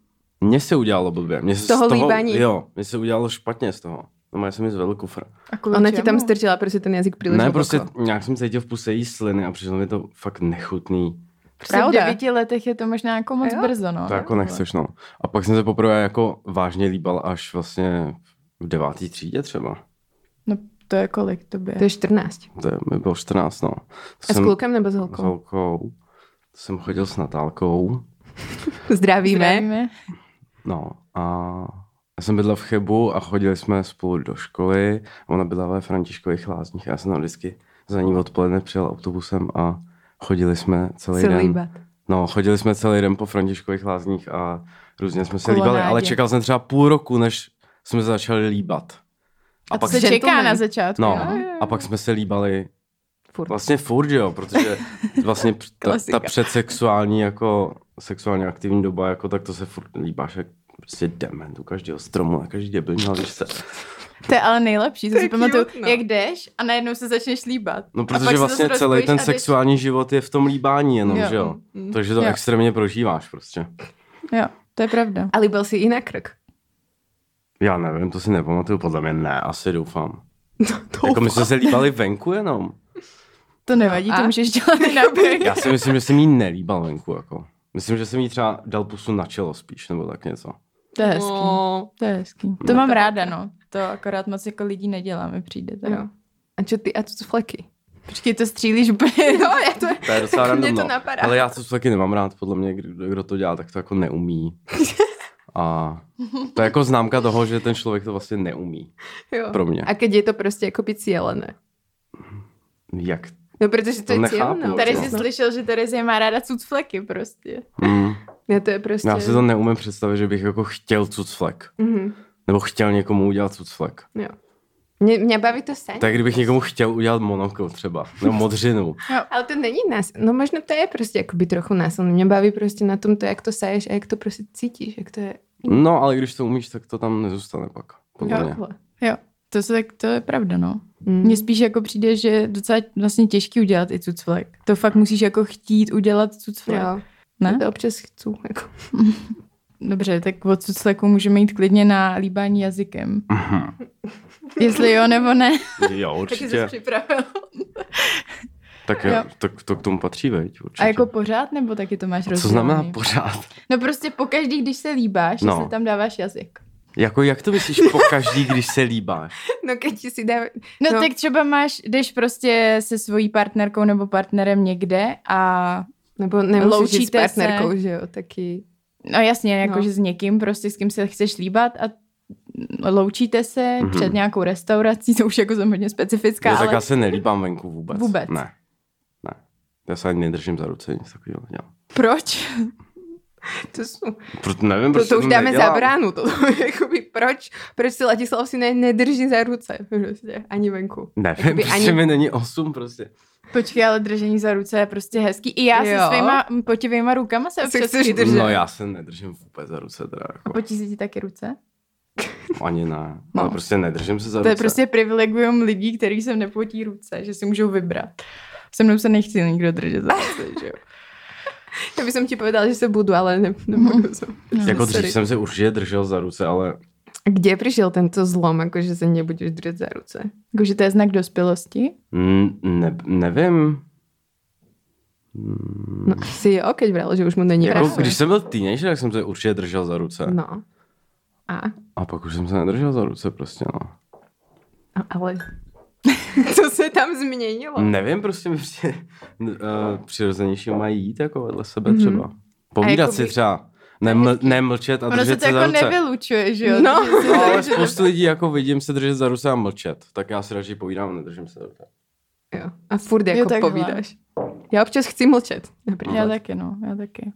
mně se udělalo blbě. Mně se z
Toho líbání.
Jo, mně se udělalo špatně z toho. No, já jsem mi zvedl kufr.
A kvůli
Ona ti tam
čemu?
strčila prostě ten jazyk příliš
Ne,
hluboko.
prostě nějak jsem cítil v puse jí sliny a přišlo mi to fakt nechutný.
Prostě v
Pravda.
devíti letech je to možná jako moc
Jo?
brzo, no.
To jako nechceš, no. A pak jsem se poprvé jako vážně líbal až vlastně v devátý třídě třeba.
No, To je kolik tobě?
To je 14.
To je, mi bylo 14, no. To
A s klukem nebo s holkou?
S holkou. To jsem chodil s Natálkou.
Zdravíme.
No a já jsem bydlel v Chebu a chodili jsme spolu do školy. Ona bydlela ve Františkových lázních a já jsem tam vždycky za ní odpoledne přijel autobusem a chodili jsme celý
Se
den.
líbat.
No, chodili jsme celý den po Františkových lázních a různě jsme se
Kolonádě.
líbali, ale čekal jsem třeba půl roku, než jsme se začali líbat.
A, a pak
pak
se
gentleman.
čeká na začátku.
No,
jo?
a pak jsme se líbali
Furt.
vlastně furt, jo, protože vlastně
[LAUGHS]
p- ta,
Klasika.
ta předsexuální jako sexuálně aktivní doba, jako tak to se furt líbáš jak prostě dement u každého stromu, na každý deblní haličce.
To je ale nejlepší, to,
To je
si pamatuju,
cute, no.
jak jdeš a najednou se začneš líbat.
No,
a pak
protože
se
vlastně
zase
celý
rozpojíš
ten
a jdeš-
sexuální život je v tom líbání jenom,
Jo. Mm,
jo. že jo? Takže to
Jo.
extrémně prožíváš prostě.
Jo, to je pravda.
A líbil si i na krk.
Já nevím, to si nepamatuju, podle mě ne, asi doufám.
[LAUGHS] No,
Jako my jsme se líbali venku jenom.
To nevadí,
A?
to
[LAUGHS]
můžeš dělat i na
Já si myslím, že jsem jí nelíbal venku, jako. Myslím, že jsem jí třeba dal pusu na čelo spíš, nebo tak něco.
To je hezký.
No.
To je hezký. To mám ráda, no. To akorát moc jako lidí nedělá, mi přijde. Tak.
Jo. A čo ty, a to jsou fleky.
Počkej, to střílíš úplně.
[LAUGHS] Jo, No, já to...
To je docela
[LAUGHS] Mě
random,
to
no.
napadá.
Ale já to taky nemám rád, podle mě, kdo, kdo to dělá, tak to jako
[LAUGHS]
neumí. A to je jako známka toho, že ten člověk to vlastně neumí.
Jo.
Pro mě.
A keď je to prostě jako by cílené.
Jak?
No, protože to,
To
je
nechápu,
cílené.
[LAUGHS] Tady
No.
jsi slyšel, že Terezie má ráda cucfleky prostě.
Mm.
Ne, to je prostě...
Já si to neumím představit, že bych jako chtěl cucflek.
Mhm.
Nebo chtěl někomu udělat cucflek.
Jo. Mě, mě baví to sen.
Tak kdybych někomu chtěl udělat monokl třeba, nebo modřinu.
Ale to není nás. No možno to je prostě jakoby trochu násilné. Mě baví prostě na tom to, jak to saješ a jak to prostě cítíš, jak to je.
No, ale když to umíš, tak to tam nezůstane pak. Podle mě.
takhle.
Jo, to, se, tak- to je pravda, no.
Mm.
Mně spíš jako přijde, že je docela vlastně těžký udělat i cucflek. To fakt musíš jako chtít udělat cucflek.
Jo,
Ne?
to občas chci. Jako. [LAUGHS]
Dobře, tak od cucfleku můžeme jít klidně na líbání jazykem. Jestli jo nebo [LAUGHS] ne.
[LAUGHS] Jo, určitě.
jsi připravil.
Tak,
Jo.
jo. tak to k tomu patří, veď? Určitě.
A jako pořád, nebo taky to máš
A Co
rozdělený?
znamená pořád?
No prostě pokaždý, když se líbáš, no.
No.
jestli tam dáváš jazyk.
Jako jak to myslíš po každý, když se
[LAUGHS]
líbáš?
No keď ti si dá...
No, no
No.
tak třeba máš, jdeš prostě se svojí partnerkou nebo partnerem někde a
Nebo nemusíš jít s
Loučíte se.
partnerkou, že jo, taky.
No jasně, jakože
No.
s někým, prostě s kým se chceš líbat a loučíte se mm-hmm.
Mhm.
před nějakou restaurací, to už jako jsem hodně specifická,
Já
ale
tak já se nelíbám venku vůbec.
Vůbec.
Ne. Ne. Já se ani nedržím za ruce, nic takového nedělám.
proč?
To jsou...
Proto nevím,
To,
proč
to už dáme
No, prostě nedělám.
za bránu. To, [LAUGHS] jakoby, proč, proč si Ladislav si ne, nedrží za ruce? [LAUGHS] Prostě, ani venku.
Nevím,
Jakoby
prostě
ani-
mi není 8 prostě.
Počkej, ale držení za ruce je prostě hezký. I já se
Jo.
svýma potivýma rukama se
Se
občas
chceš
chytnu.
Držet.
No já se nedržím vůbec za ruce teda.
A
Jako.
potí ti taky ruce?
Ani ne.
No.
Ale prostě nedržím se za
To
ruce.
je prostě privilegium lidí, který se nepotí ruce, že si můžou vybrat. Se mnou se nechci nikdo držet za ruce, že jo.
Já bych som ti povedala, že se budu, ale ne, nemohu. som.
No.
Jako
Sorry.
dřív jsem se určitě držel za ruce, ale
Kde přišel tento zlom, jako že se nebudeš držet za ruce?
Jakože to je znak dospělosti.
mm, ne, nevím. Mm,
No, si jo, keď bral, že už mu není
jako,
jako,
právě.
když jsem byl teenager, tak jsem se určitě držel za ruce.
No. A,
A pak už jsem se nedržel za ruce prostě, no.
a ale... [LAUGHS] Co se tam změnilo?
Nevím, prostě mi přijde uh, přirozenější mají jít jako vedle sebe
Mhm.
mm-hmm. třeba. Povídat
jakoby-
si třeba. Neml, nemlčet a
Ono se
držet
to
se za
jako
ruce.
nevylučuje, že jo.
No.
Takže si-
Ale spoustu lidí jako vidím se držet za ruce a mlčet. Tak já si radši povídám a nedržím se za ruce.
Jo. A furt jako
takhle.
povídáš. Já občas chci mlčet, například.
Já taky, no, já taky.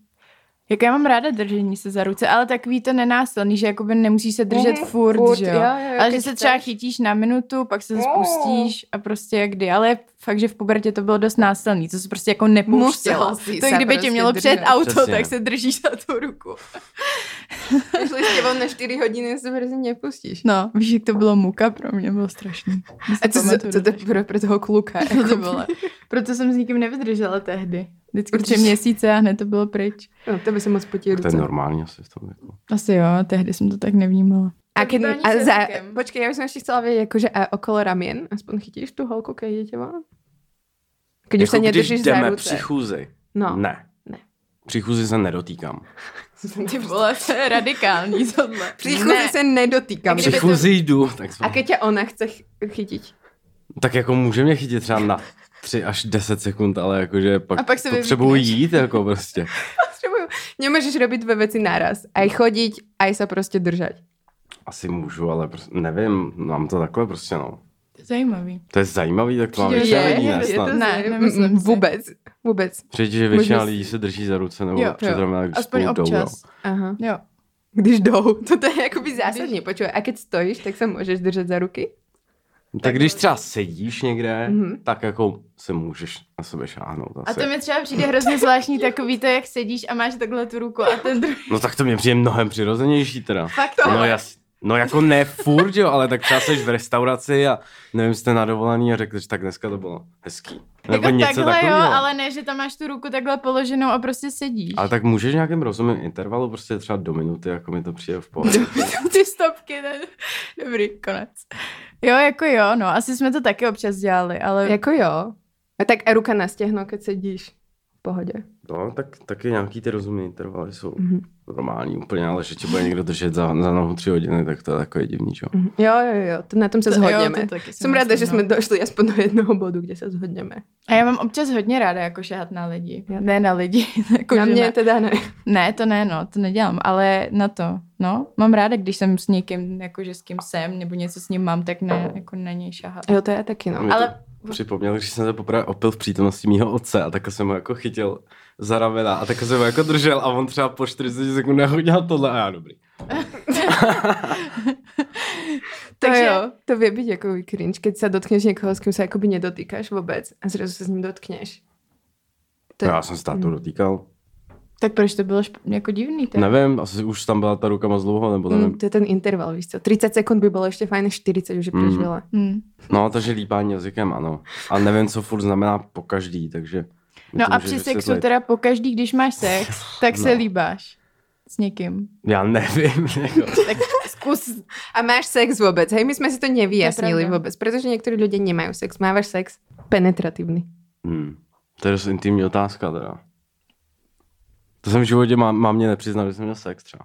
Jak já mám ráda držení se za ruce, ale takový to nenásilný, že jakoby nemusíš se držet
Mhm,
furt,
furt,
že jo.
jo, jo, jo,
ale že
když
se
chceš.
třeba chytíš na minutu, pak se
Jo.
spustíš a prostě jak kdy. Ale fakt, že v pubertě to bylo dost násilný, to se prostě jako nepouštělo.
Musel jsi
To je,
se
kdyby tě
prostě
mělo
držet.
před auto,
Přesně.
tak se držíš za tu ruku.
Šli s tebou na 4 hodiny, se brzy nepustíš.
No, víš, jak to bylo muka pro mě, bylo strašný. Já si
A co
pamatuju
to, to, [LAUGHS]
do
to pro, pro toho kluka? jako?
dneška, co [LAUGHS] to bylo. Proto jsem s nikým nevydržela tehdy. Vždycky tři
Určitě.
měsíce a hned to bylo pryč.
No, tebe se moc potí
To
ruce.
je normální asi v tom jako. věku.
Asi jo, tehdy jsem to tak nevnímala.
A,
Tak
keď,
to ani
a
s
za,
jazykem.
počkej, já bych ještě chtěla vědět, jakože a okolo ramien, aspoň chytíš tu holku, keď jdete von? Keď už
jako
se nedržíš
jdeme
za ruce.
při chůzi.
No. [LAUGHS]
Ne.
Ne.
Při chůzi se nedotýkám.
Ty vole, to je radikální tohle.
Při chůzi se nedotýkám.
A
Při
kdyby to-
chůzi jdu. Tak
A keď tě ona chce ch- chytit. [LAUGHS]
Tak jako může mě chytit třeba na 3 až 10 sekund, ale jakože pak,
A pak se
potřebuji
vyvlíkneš.
jít jako prostě.
Potřebuju. Nemůžeš robit dvě věci naraz. Aj chodit, aj se prostě držet.
Asi můžu, ale prostě, nevím, mám to takhle prostě no.
Zajímavý.
To je zajímavý, tak No, to mám
Přijde,
většina
je,
lidí
je,
ne,
je to
snad.
z- Ne, nemyslím si.
Vůbec, vůbec.
Přijde, že většina
Možná si-
lidí se drží za ruce nebo
Jo,
před
jo.
ramena, když
Aspoň
spolu jdou.
občas.
no.
Aha.
Jo.
Když jdou, [LAUGHS] to je jakoby zásadní, počuj. A keď stojíš, tak se můžeš držet za ruky?
Tak když třeba sedíš někde,
Mhm.
tak jako se můžeš na sebe šáhnout.
A
Asi.
to mi třeba přijde hrozně zvláštní takový to, jak sedíš a máš takhle tu ruku a ten druhý.
No tak to mě přijde mnohem přirozenější teda.
Fakt
No jas, no jako ne furt, jo, ale tak třeba jsi v restauraci a nevím, jste na dovolený a řekl, že tak dneska to bylo hezký. Nebo
jako
něco
takhle jo,
takového.
ale ne, že tam máš tu ruku takhle položenou a prostě sedíš.
ale tak můžeš v nějakém rozumném intervalu, prostě třeba do minuty, jako mi to přijde v
[LAUGHS]
pohodě.
[LAUGHS] Ty stopky, ne? Dobrý, konec. Jo, jako jo, no, asi jsme to taky občas dělali, ale jak...
Jako jo. A tak a ruka na stěhno, keď sedíš. V pohodě.
No, tak taky nějaký ty rozumné intervaly jsou
Mhm.
normální úplně, ale že tě bude někdo držet za, za nohu tři hodiny, tak to je takový divný, čo?
Mhm. Jo, jo, jo, to na tom se
To-
to, vlastně
jo, to
zhodneme.
taky si
Jsem ráda,
myslím,
že
no.
jsme došli aspoň do jednoho bodu, kde se Jako zhodneme.
A já mám občas hodně ráda jako šahat na lidi.
Já-
Ne na lidi. [LAUGHS] Jako
Na
že
mě
ne.
teda ne.
ne, to ne, no, to nedělám, ale na to, no. Mám ráda, když jsem s někým, jakože s kým jsem, nebo něco s ním mám, tak ne, jako na něj šahat.
Jo, to já taky,
A
no.
mě to
Ale-
Připomněl, když jsem se poprvé opil v přítomnosti mýho otce a takhle jsem ho jako chytil za ramena a takhle jsem ho jako držel a on třeba po 40 sekundách udělal tohle a já dobrý.
To
Takže-
jo, to vie byť jako cringe, keď sa dotkneš někoho, s kým sa akoby nedotýkáš vôbec a zrazu sa s ním dotkneš. To
To
je-
já jsem se tátu
Mm.
dotýkal.
Tak proč to bylo šp- jako divný? Tak?
Nevím, asi už tam byla ta ruka moc dlouho, nebo nevím.
Mm, to je ten interval, víš co. 30 sekund by bylo ještě fajn, 40 už je
Mm.
příliš veľa.
Hmm.
No, takže líbání jazykem, ano. A nevím, co furt znamená po každý, takže... mi to
No a
můžeš
při sexu
vysvětlit.
teda po každý, když máš sex, tak se
[LAUGHS] No.
líbáš s někým.
Já nevím, [LAUGHS] jako.
Tak zkus
A máš sex vůbec, hej, my jsme si to nevyjasnili
pravda.
vůbec, protože někteří lidé nemají sex, máváš sex penetrativní.
Hmm. To je dost intimní otázka teda. To jsem v životě, má, má mě nepřiznal, že jsem měl sex třeba.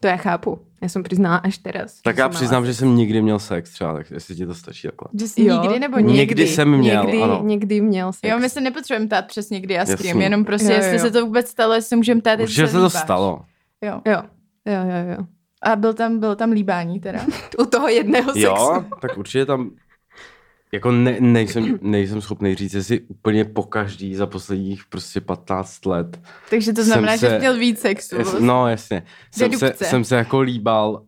To já chápu, já jsem přiznala až teraz.
Tak
že
já
jsem
přiznám,
mala
že jsem nikdy měl sex třeba, tak jestli ti to stačí takhle.
Že jsi
sex. Jo,
nikdy nebo
Nikdy
nikdy?
jsem měl,
někdy,
ano.
Někdy měl sex.
Jo, my se nepotřebujeme ptát přesně kdy a s
Jasný.
kým, jenom prostě,
Jo, jo,
jestli
jo.
se to vůbec stalo, jestli se můžeme ptát, jestli
Určitě se to
líbáš.
stalo.
Jo.
jo, jo, jo, jo.
A byl tam, bylo tam
[LAUGHS]
líbání teda.
U toho jedného sexu.
Jo, tak určitě tam... Jako ne, nejsem, nejsem schopný říct, jestli úplně po každý za posledních prostě 15 let.
Takže to
Jsem
znamená, že
se-
jsi měl víc sexu.
Jas, no jasně. Jsem se,
Dedukce.
jsem se jako líbal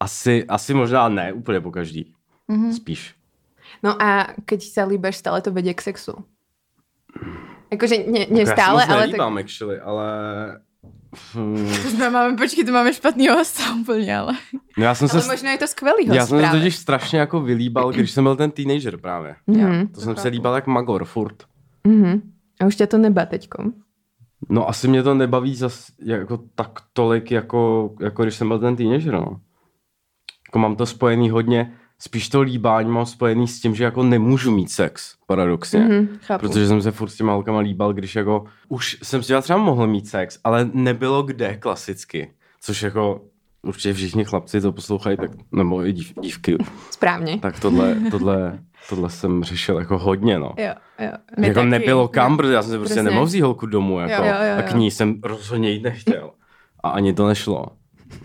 asi, asi možná ne úplně po každý.
Hm.
Mhm.
Spíš.
No a keď sa líbeš, stále to vedie k sexu. Akože nie,
Jako
nie
já se
stále,
moc
ale tak...
nelíbám, actually, ale... Hmm.
To znamená, počkej, to máme špatný hosta úplně, ale...
No já jsem se...
Ale možno je to skvelý host
Já jsem se
práve.
totiž strašně jako vylíbal, když jsem byl ten teenager právě.
Mhm.
To jsem se líbal jak magor furt.
Mhm. A už ťa to nebá teďkom.
No asi mě to nebaví zas jako tak tolik, jako, jako když jsem byl ten teenager, no. Jako mám to spojený hodně, spíš to líbání mám spojený s tím, že jako nemůžu mít sex, paradoxně. Mm-hmm.
Mhm, chápu.
Protože jsem se furt s těma holkama líbal, když jako už jsem s těma třeba mohl mít sex, ale nebylo kde klasicky. Což jako určitě všichni chlapci to poslouchají, tak, nebo i dív, dívky.
Správně.
Tak
[LAUGHS]
tohle, tohle, tohle jsem řešil jako hodně, no.
Jo, jo.
My
jako
taky.
nebylo kam, protože já jsem se prostě
Přesně.
nemohl vzít holku domů, jako,
Jo, jo, jo,
a k
jo.
ní jsem rozhodně jít nechtěl. A ani to nešlo.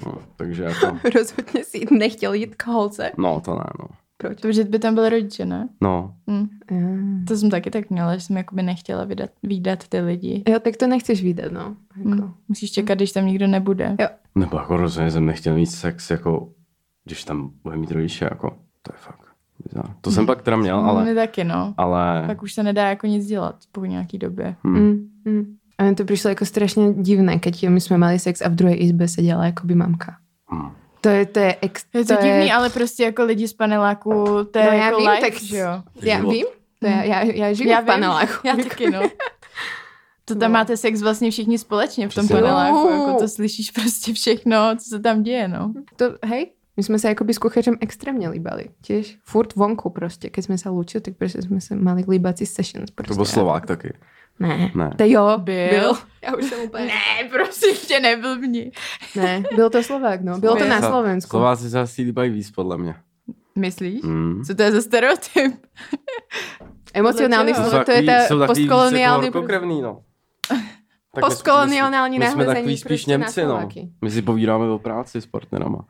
No, takže
[LAUGHS]
jako,
[LAUGHS] Rozhodně si nechtěl jít k holce.
no to ne, no.
Proč?
To, že by tam byl rodiče, ne?
No,
Hm.
Jo.
To jsem taky tak měla, že jsem jakoby nechtěla vydat, výdat ty lidi.
Jo, tak to nechceš vydat, no. Jako.
Hm. Musíš čekat, když tam nikdo nebude.
nebo jako rozhodně jsem nechtěl mít sex, jako, když tam bude mít rodiče, jako, to je fakt bizar. To jsem pak teda měl, ale,
Mm.
My taky, no.
ale,
Pak už se nedá jako nic dělat po nějaký době.
hm,
Mm. Mm. A mne to přišlo jako strašně divné, keď my jsme mali sex a v druhé izbe seděla jakoby mamka.
hm.
To je, to je ex...
Je to, to divný, je... ale prostě jako lidi z paneláku, to je
No já
jako
vím,
life,
tak-
že jo?
Já
Život.
vím, to já, já, já žiju
Mm. já
v paneláku.
Vím, já taky, [LAUGHS] no. To tam
No.
máte sex vlastně všichni společně v tom
Přesně. no.
paneláku,
Jo.
jako to slyšíš prostě všechno, co se tam děje, no.
To, hej, my jsme se jakoby s kuchařem extrémně líbali. Tiež furt vonku prostě, keď jsme se loučili, tak prostě jsme se mali líbací sessions. Prostě.
to byl Slovák taky.
Ne.
Ne.
To jo,
Byl.
Já už jsem úplně...
Ne, prosím tě, neblbni.
ne, byl to Slovák, no. Bylo to na
Slo-
Slovensku.
Slováci se asi líbají víc, podle mě.
Myslíš?
Mm.
Co to je za stereotyp? [LAUGHS]
Emocionální
Jsou
slovo, to je ta postkoloniální... prostě.
Postkoloniální, no. Tak my-
[LAUGHS] Postkoloniální
my jsme- My jsme
nahrazení
takový spíš
prostě na
Němci, no.
Slováky.
My si povídáme o práci s partnerama.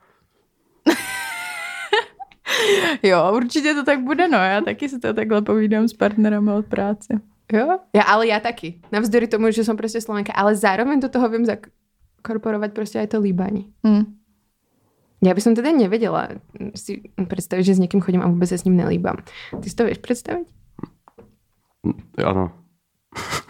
Jo, určitě to tak bude, no. Já taky si to takhle povídám s partnerem od práce.
Jo, já, ale já taky. Navzdory tomu, že jsem prostě Slovenka, ale zároveň do toho vím zakorporovat prostě aj to líbání.
Hm.
Já bych teda nevěděla mm, si představit, že s někým chodím a vůbec se s ním nelíbám. Ty si to víš představit?
Ano,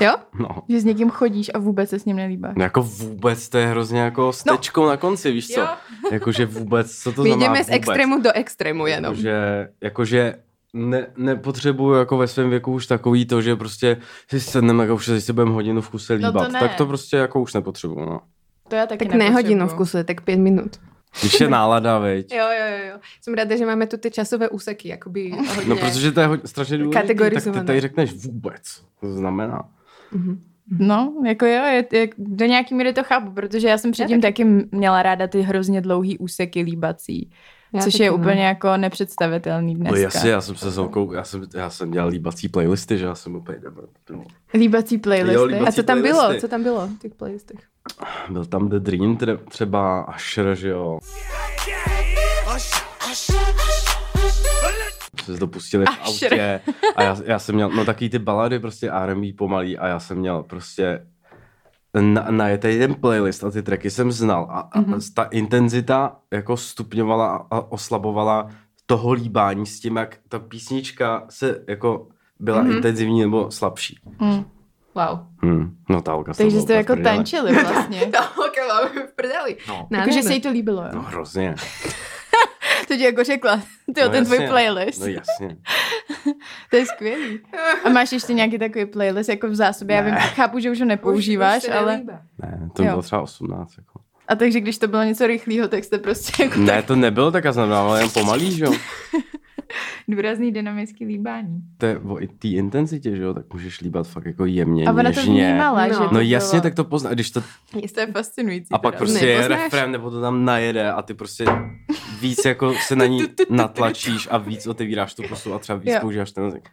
Jo?
no.
Že s někým chodíš a vůbec se s ním nelíbáš.
No Jako vůbec, to je hrozně jako stečkou no. na konci, víš co?
Jo.
Jakože vůbec, co to
My
znamená
jdeme z
vůbec?
extrému do extrému
no.
jenom.
Jakože, jakože ne, nepotřebuju jako ve svém věku už takový to, že prostě si sedneme jako že si budeme hodinu v kuse
No
líbat.
to ne.
tak to prostě jako už nepotřebuju, no.
To já taky
Tak ne hodinu v
nepotřebuju.
kuse, tak pět minut.
Když je nálada, veď.
Jo, jo, jo. Jsem ráda, že máme tu ty časové úseky, jakoby hodně.
No protože to je hodně, strašně důležité, tak ty
Kategorizované.
tady řekneš vůbec. To znamená.
Mhm.
No, jako jo, je, je, do nějaký míry to chápu, protože já jsem předtím taky. taky měla ráda ty hrozně dlouhý úseky líbací,
Já
což
taky no.
je
ne.
úplně jako nepředstavitelný dneska.
No jasně, já jsem se zoukou, já jsem, já jsem dělal líbací playlisty, že já jsem úplně debil.
Líbací playlisty.
Jo, líbací.
A co tam
playlisty.
bylo? Co tam bylo v těch playlistech?
Byl tam The Dream, tře- třeba Asher, že jo. Jsme se dopustili v
Usher.
autě a já, já jsem měl, no takový ty balady prostě R&B pomalý a já jsem měl prostě na, najetej jeden playlist a ty tracky jsem znal a, a
Mhm.
mm-hmm. ta intenzita jako stupňovala a oslabovala toho líbání s tím, jak ta písnička se jako byla
Mhm.
mm-hmm. intenzivní nebo slabší.
[LAUGHS] Wow.
Hmm. No ta holka z toho
Mm.
byla
Takže jste
úplně v
jako
prdeli.
tančili [LAUGHS] vlastně.
Ta holka No, máme v prdeli.
No.
Jakože se
Nádherné.
jí to líbilo,
No
jo?
hrozně.
To ti jako řekla, [LAUGHS] ty jo,
no,
ten
jasně,
tvůj playlist.
No [LAUGHS] jasně.
To je skvělý. A máš ještě nějaký takový playlist jako v zásobě? Já vím, chápu, že už ho nepoužíváš,
Už se
ale...
nelíbá.
Ne, to
Jo.
bylo třeba 18. Jako.
A takže když to bylo něco rychlého, tak jste prostě jako
Ne,
tak
to nebylo tak, já jsem dával jen pomalý, že jo.
důrazný dynamický líbání.
To je o i té intenzitě, že jo, tak můžeš líbat fakt jako jemně,
A ona to
něžně.
vnímala, že
No.
to
No jasně,
bylo.
tak to pozná, když to
To je fascinující.
a pak
teda.
prostě je
Nepoznáš.
refrén, nebo to tam najede a ty prostě víc jako se na ní natlačíš a víc otevíráš tu pusu a třeba víc
Jo.
používáš ten jazyk.
To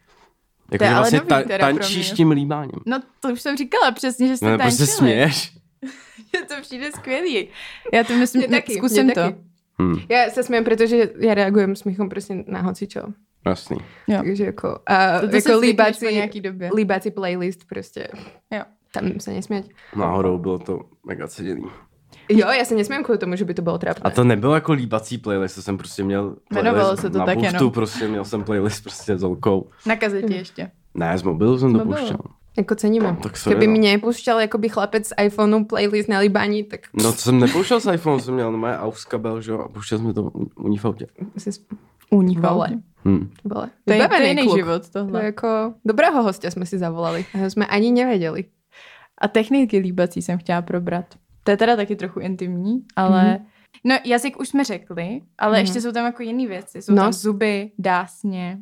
je
Jakože
ale
vlastně
nový
ta,
teda pro mě.
tančíš tím líbáním.
No to už jsem říkala přesně, že jste
No, nebo se
tančili.
směješ.
[LAUGHS] to přijde skvělý. Já to myslím,
Mě taky,
zkusím
mě
to.
taky.
Hm,
Já se smějem, protože já reagujem smíchom prostě na hocičo.
jasný.
Jo.
Takže jako, a,
To, to
jako
jako líbací, po
líbací,
nějaký době.
líbací playlist prostě.
Jo.
Tam se nesmět.
Náhodou bylo to mega ceděný.
Jo, já se nesmím kvůli tomu, že by to bylo trápné.
A to nebylo jako líbací playlist, to jsem prostě měl
Jmenovalo
playlist
se to
na
tak
buchtu,
jenom.
prostě měl jsem playlist prostě s holkou.
Na kazetě ještě.
Ne, z mobilu jsem
mobilu.
dopouštěl.
Jako ceníme.
Tak sorry,
Kdyby
no.
mi nepouštěl jakoby chlapec z iPhoneu playlist na líbání, tak
No to jsem nepouštěl s iPhone, jsem měl moje AUX kabel, že jo, a pouštěl jsme to u, u ní v autě.
se s-
Vole.
Hm.
vole.
To je, to je
Vybavený
jiný
kluk.
život
To je
tohle.
jako dobrého hosta jsme si zavolali. A Jsme ani nevěděli.
A techniky líbací jsem chtěla probrat. To je teda taky trochu intimní, ale... Mm-hmm. No jazyk už jsme řekli, ale
Mhm.
mm-hmm. ještě jsou tam jako jiné věci. Jsou
No.
no. tam zuby, dásně.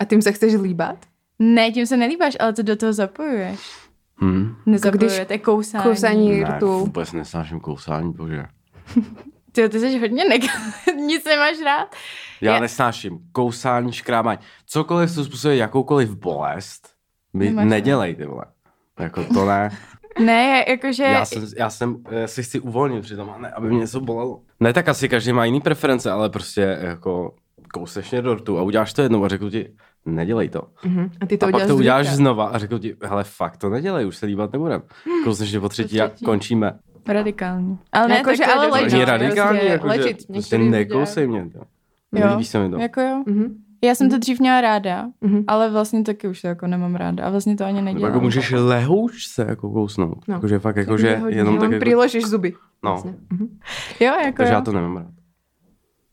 A tím se chceš líbat?
Ne, tím se nelíbáš, ale to do toho zapojuješ.
Hm.
Nezapojuje, to je kousání.
Kousání
Ne,
rtu.
vůbec nesnáším kousání, bože.
Ty, ty jsi hodně neg... [LAUGHS] Nic nemáš rád.
Já
Je-
nesnáším kousání, škrábání. Cokoliv, co způsobuje jakoukoliv bolest, mi
Nemáš rád.
nedělej, ty vole. Jako to ne.
Ne, jakože...
Já, jsem, já, jsem, já si chci uvolnit přitom, a ne, aby mě něco bolelo. Ne, tak asi každý má jiný preference, ale prostě jako kouseš mě do rtu a uděláš to jednou a řekl ti, nedělej to.
Mhm. A ty to
a pak
uděláš,
to uděláš
zvykrát.
znova a řekl ti, hele, fakt to nedělej, už se líbat nebudem. Kousneš mě po třetí a
třetí.
končíme.
Radikální. Ale ne,
Jako,
jako,
že
že,
ale
To
Lečit,
je
no,
radikální,
prostě
jako,
lečit.
že prostě
Některý
nekousej mě. To. Nelíbí se mi to.
Jako jo.
Mhm.
Já jsem to dřív měla ráda,
Mhm.
ale vlastně taky už to jako nemám ráda. A vlastně to ani
Nebo
nedělám.
jako můžeš lehouč se jako kousnout.
No.
No. Jakože fakt jako,
To
že
mě hodí.
jenom
Jenom
tak jako,
přiložíš zuby.
no,
Vlastně. Mhm.
Jo, jako
takže
jo.
já to nemám rád.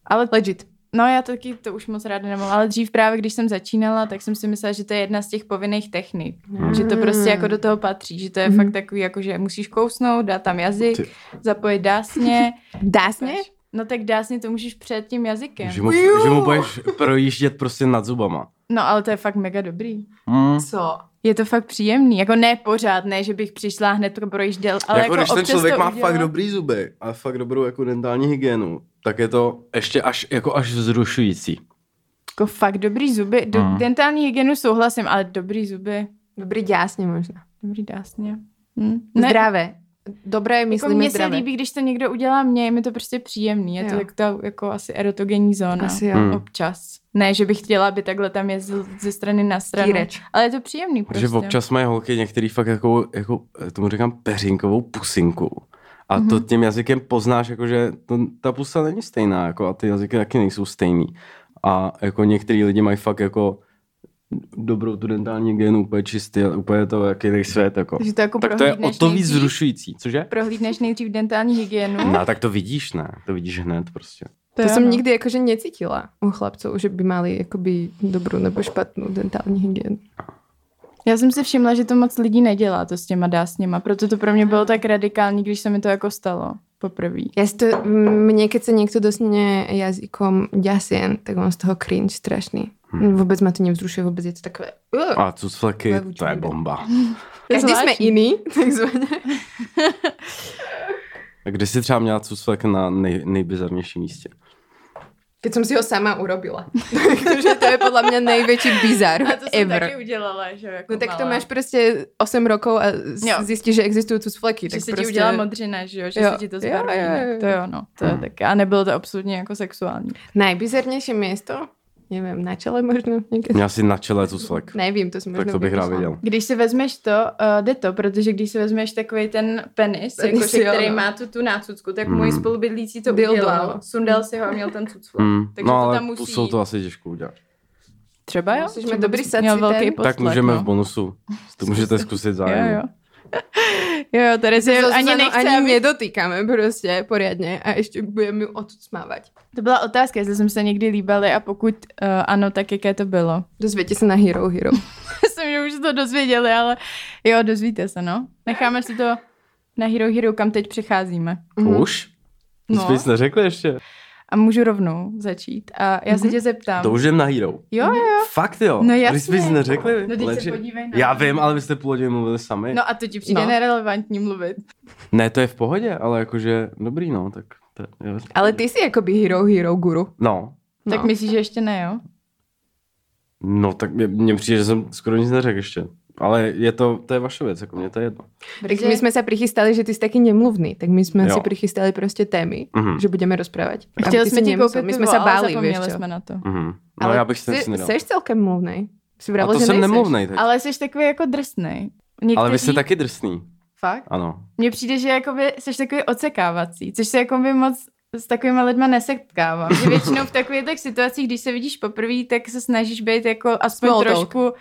Ale
Legit.
No já to taky to už moc ráda nemám, ale dřív právě, když jsem začínala, tak jsem si myslela, že to je jedna z těch povinných technik.
Hmm.
Že to prostě jako do toho patří, že to je
Mhm.
fakt takový, jako že musíš kousnout, dát tam jazyk,
Ty.
zapojit dásně.
Dásně?
No tak dásně to můžeš před tím jazykem.
Že mu, že mu budeš projíždět prostě nad zubama.
No ale to je fakt mega dobrý.
Mm.
Co?
Je to fakt příjemný, jako ne pořád, ne, že bych přišla hned to projížděl, ale jako,
jako, když ten
občas
člověk
to
má
udělat.
fakt dobrý zuby a fakt dobrou jako dentální hygienu, tak je to ještě až, jako až vzrušující.
Jako fakt dobrý zuby. Do,
Hmm.
Mm.
Dentální hygienu souhlasím, ale dobrý zuby.
Dobrý dásně možná.
Dobrý dásně. Hm.
Ne. Zdravé. Dobré,
jako
myslíme
mně se
zdravé.
líbí, když to někdo udělá mně, je mi to prostě příjemný. Je to
Jo.
tak ta jako asi erotogenní zóna.
Asi jo.
Hmm.
Občas. Ne, že bych chtěla, aby takhle tam jezdil ze strany na stranu.
Týreč.
Ale je to příjemný prostě.
Protože občas mají holky některý fakt jako, jako eh, tomu říkám, peřinkovou pusinku. A to
Mhm.
tím jazykem poznáš, jako, že to, ta pusa není stejná, jako, a ty jazyky taky nejsou stejný. A jako některý lidi mají fakt jako dobrou tu dentální genu, úplně čistý, a úplně to, jaký je svět. Jako.
Takže to jako
Tak to je o
prohlídneš
to víc
nejdřív-
zrušující, cože?
Prohlídneš nejdřív dentální hygienu.
No, tak to vidíš, ne? To vidíš hned prostě.
To
jo,
jsem
no.
nikdy jakože necítila u chlapců, že by mali jakoby dobrou nebo špatnou dentální hygienu.
Já jsem si všimla, že to moc lidí nedělá to s těma dásněma, proto to pro mě bylo tak radikální, když se mi to jako stalo poprvé.
Ja si to, mne keď sa niekto dosne jazykom ďasien, tak mám z toho cringe strašný.
Hm.
Vůbec ma to nevzrušuje, vůbec je to takové... Uh.
A cucfleky,
Levu
to je
čudu.
bomba.
Každý
zvláštní.
jsme jiný, [LAUGHS] takzvaně.
A Kdy jsi třeba měla cucflek na nej, nejbizarnějším místě?
Keď som si ho sama urobila. [LAUGHS] Takže to je podle mě největší bizar
No
ever.
udělala, že jako
No tak to máš prostě 8 rokov a z-
Jo.
zjistíš, že existují tu fleky.
že
tak
se
prostě...
ti udělala modřina, že jo, že
Jo,
se ti to
jo,
zbarví.
jo,
ne?
jo.
To jo, no, to je
Hmm.
tak. A nebylo to absolutně jako sexuální.
Najbizarnější město? Nevím, na čele možno někde.
Měla jsi na čele cucflek.
Nevím, to jsem možná
Tak to bych rád
vymyslela.
viděl.
Když si vezmeš to, uh, jde to, protože když si vezmeš takový ten
Penis,
penis, penis jakože,
jo,
který
no.
má tu, tu nácucku, tak
Hmm.
můj spolubydlící to
Dildo,
udělal,
no.
sundal si ho a měl ten cucflek.
Mm.
Takže
no
to
ale
tam musí
pusou to asi těžko udělat.
Třeba jo,
Musíš mít
třeba
dobrý
bys měl
saciten.
velký
tak
Tak
postlech,
můžeme
no.
v bonusu. To můžete zkusit zájem.
Jo, [LAUGHS] jo. Jo, jo, Terezie
Že
ani
ani,
nechce,
ani
aby...
nedotýkáme prostě poriadně a ještě budeme ju odsmávat.
To byla otázka, jestli jsme se někdy líbali a pokud uh, ano, tak jaké to bylo. [LAUGHS]
Dozvětě se na Hero Hero.
Myslím, že už se to dozvěděli, ale jo, dozvíte se, no. Necháme si to na Hero Hero, kam teď přecházíme.
Už? Nic
No.
no. Mhm. neřekli ještě.
A můžu rovnou začít. A já se
Mhm.
tě zeptám.
To už jen na Hero.
Jo, jo, jo.
Fakt jo.
No
Když
jasně.
jsme nic neřekli.
No teď se
leči-
podívej na
Já vím, ale vy jste půl hodiny mluvili sami.
No a to ti přijde
No.
no. nerelevantní mluvit.
Ne, to je v pohodě, ale jakože dobrý no, tak to je v
Ale
pohodě.
ty jsi jakoby Hero Hero guru.
No.
No.
Tak myslíš, že ještě ne, jo?
No tak mě- mně přijde, že jsem skoro nic neřekl ještě. Ale je to, to je vaše věc, jako mě to je jedno.
tak my jsme se přichystali, že ty jsi taky nemluvný, tak my jsme
Jo.
si přichystali prostě témy,
Mhm.
že budeme rozprávat.
Chtěli jsme ti koupit
my
pivo,
jsme se
ale
báli, víš
zapomněli
čo.
jsme na to.
Mhm. No
Ale
já bych si
jsi-
nic nedal.
Jsi celkem mluvný. Jsi
A
vrala,
to
že
jsem
nejseš.
nemluvnej teď. Ale,
Ale jsi takový jako drsnej. Někteří...
ale vy jste taky drsný.
Fakt?
Ano.
Mně přijde, že jakoby jsi takový ocekávací, což se jako by moc s takovými lidma nesetkávám. Že většinou v takových tak situacích, když se vidíš poprvé, tak se snažíš být jako aspoň
Small talk.
trošku,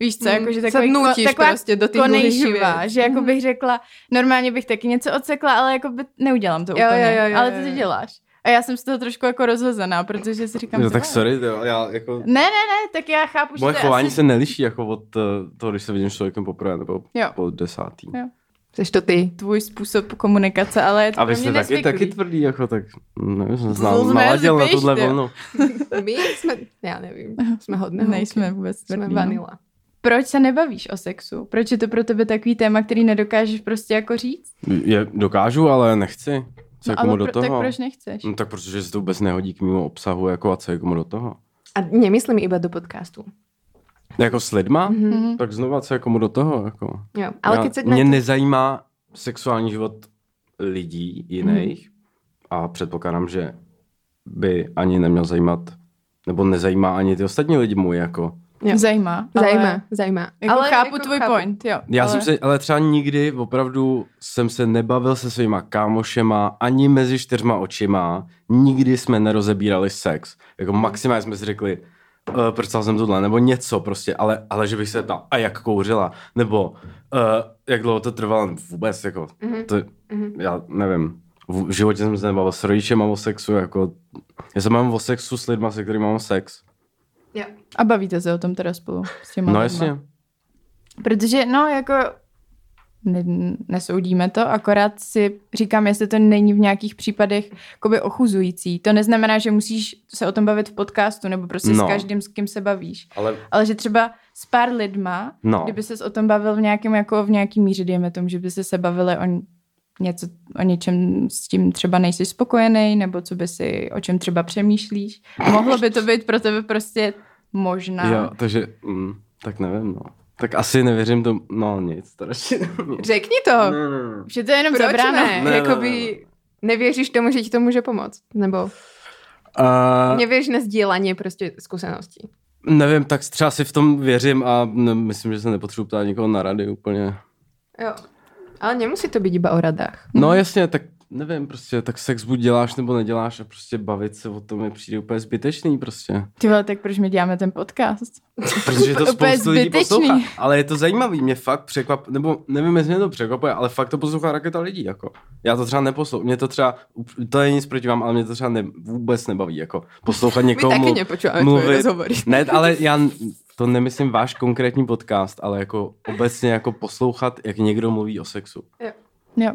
víš co,
Mm,
jako, že
se
takový,
vnutíš
taková
prostě do těch
konejšivá,
druhých
že jako
Mhm.
bych řekla, normálně bych taky něco ocekla, ale jako by neudělám to
Jo,
úplně,
jo, jo, jo,
ale
jo,
ty
jo.
to děláš. A já jsem z toho trošku jako rozhozená, protože si říkám,
No,
co
tak
mám?
sorry, jo, já jako...
Ne, ne, ne, tak já chápu,
Moje
že No, to je
chování
asi...
asi... se neliší jako od eh, toho, když se vidím s člověkem poprvé nebo
Jo.
po desátý.
Jo.
Jsi to ty.
tvůj způsob komunikace, ale je to
A
pro
vy
mě
jste taky,
nezvyklý.
taky tvrdý, jako tak, nevím, jsem se
To jsme
naladil
asi
na tuhle
pejšti, jo.
vlnu.
My jsme, já nevím, jsme hodné. holky.
Nejsme vůbec tvrdý.
Jsme
no.
vanila.
Proč se nebavíš o sexu? Proč je to pro tebe takový téma, který nedokážeš prostě jako říct?
No, Je, dokážu, ale nechci. Co no,
ale
jako do
pro,
toho?
tak proč nechceš?
No tak protože se to vůbec nehodí k mému obsahu, jako a co jako do toho.
A nemyslím iba do podcastu.
Jako s lidma? Mm-hmm.
Mhm.
Tak znova, co jako do toho, jako.
Jo. Ale
já,
keď se na
mě
to-
nezajímá sexuální život lidí
Mhm.
jiných a předpokládám, že by ani neměl zajímat, nebo nezajímá ani ty ostatní lidi můj, jako.
Jo.
Zajímá. ale-
Zajímá, zajímá.
Jako ale chápu jako tvůj chápu. point, jo.
Já
ale...
ale... jsem se, ale třeba nikdy opravdu jsem se nebavil se svýma kámošema, ani mezi čtyřma očima, nikdy jsme nerozebírali sex. Jako
Mhm.
maximálně jsme si řekli, e, proč jsem tohle, nebo něco prostě, ale, ale že bych se ptal, a jak kouřila, nebo e, jak dlouho to trvalo, vůbec, jako,
Mhm.
to,
Mhm.
já nevím. V životě jsem se nebavil s rodičem o sexu, jako, já se mám o sexu s lidma, se kterými mám sex.
Jo.
A bavíte se o tom teda spolu s
No
těma lidma.
jasně.
Protože, no, jako ne, nesoudíme to, akorát si říkám, jestli to není v nějakých případech jakoby ochuzující. To neznamená, že musíš se o tom bavit v podcastu nebo prostě no.
No.
s každým, s kým se bavíš.
Ale
Ale že třeba s pár lidma,
No.
kdyby ses o tom bavil v nějakém, jako v nějaký míře, dejme tomu, že by se se bavili o n- něco, o něčem s tím třeba nejsi spokojený, nebo co by si, o čem třeba přemýšlíš. Mohlo by to být pro tebe prostě Možná.
Jo, takže, mm, tak nevím, no. Tak asi nevěřím to, no nic, to radši [LAUGHS] nevím.
Řekni to.
Ne, ne, ne.
Že to je jenom
Proč
zabráno.
ne?
Ne, ne, ne,
Jakoby
ne.
Jako nevěříš tomu, že ti to může pomoct. Nebo
A,
nevěříš na sdílení prostě zkušeností.
nevím, tak třeba si v tom věřím a ne, myslím, že se nepotřebuji ptát nikoho na rady úplně.
Jo. Ale nemusí to být iba o radách.
No jasně, tak nevím, prostě, tak sex buď děláš nebo neděláš a prostě bavit se o tom je přijde úplně zbytečný prostě.
Ty vole, tak proč my děláme ten podcast?
Protože to
[LAUGHS] Úplně
spoustu lidí
zbytečný.
poslouchá. Ale je to zajímavý, mě fakt překvap, nebo nevím, jestli mě to překvapuje, ale fakt to poslouchá raketa lidí, jako. Já to třeba neposlouchám, mě to třeba, to je nic proti vám, ale mě to třeba ne, vůbec nebaví, jako.
[LAUGHS]
Poslouchat
My
někomu
taky nepočíváme tvoje rozhovory.
Ne, ale já n- to nemyslím váš konkrétní podcast, ale jako obecně jako poslouchat, jak někdo mluví o sexu.
Jo.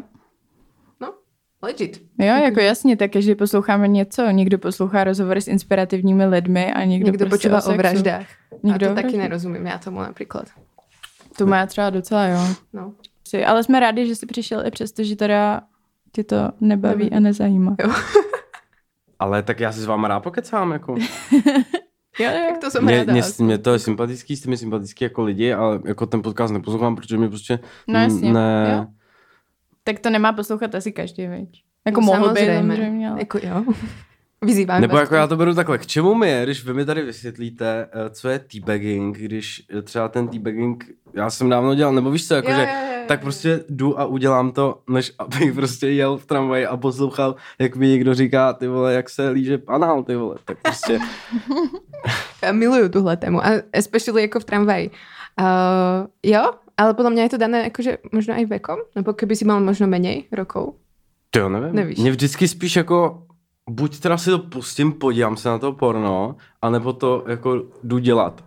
No, legit.
Jo, jako
Mhm.
jasně, tak každý posloucháme něco. Někdo poslouchá rozhovory s inspirativními lidmi a někdo,
Někdo, Někdo
prostě
počívá o
sexu.
vraždách.
Někdo
Někdo a
o
to taky
vraždách.
nerozumím, já tomu například.
To má třeba docela, jo.
No.
Si, ale jsme rádi, že jsi přišel i přesto, že teda tě to nebaví a nezajímá.
Ale tak já si s váma rád pokecám,
[LAUGHS]
jako.
Jo,
Tak
jo.
to jsem
Mě,
ráda.
mě,
asi.
mě, to je sympatický, jste mi sympatický jako lidi, ale jako ten podcast neposlouchám, protože mě prostě
No
n-
jasně,
ne,
jo. Tak to nemá poslouchat asi každý, viď? Jako
No,
no, mohl by,
samozřejmě.
samozřejmě, ale...
Jako jo. [LAUGHS] Vyzývám
Nebo
vás
jako
k tomu.
já to beru takhle, k čemu mi je, když vy mi tady vysvětlíte, eh, co je teabagging, když eh, třeba ten teabagging, já jsem dávno dělal, nebo víš co,
Jo,
jakože,
jo, jo, jo.
jako, tak prostě jdu a udělám to, než abych [LAUGHS] prostě jel v tramvaji a poslouchal, jak mi někdo říká, ty vole, jak se líže anál, ty vole, tak
[LAUGHS]
prostě,
Já miluju tuhle tému, a especially jako v tramvaji. Uh, jo, ale podle mě je to dané jakože možno i vekom, nebo keby si mal možno menej
[LAUGHS]
rokov.
to jo, nevím.
Nevíš.
Mě vždycky spíš jako, buď teda si to pustím, podívám se na to porno, anebo to jako jdu dělat.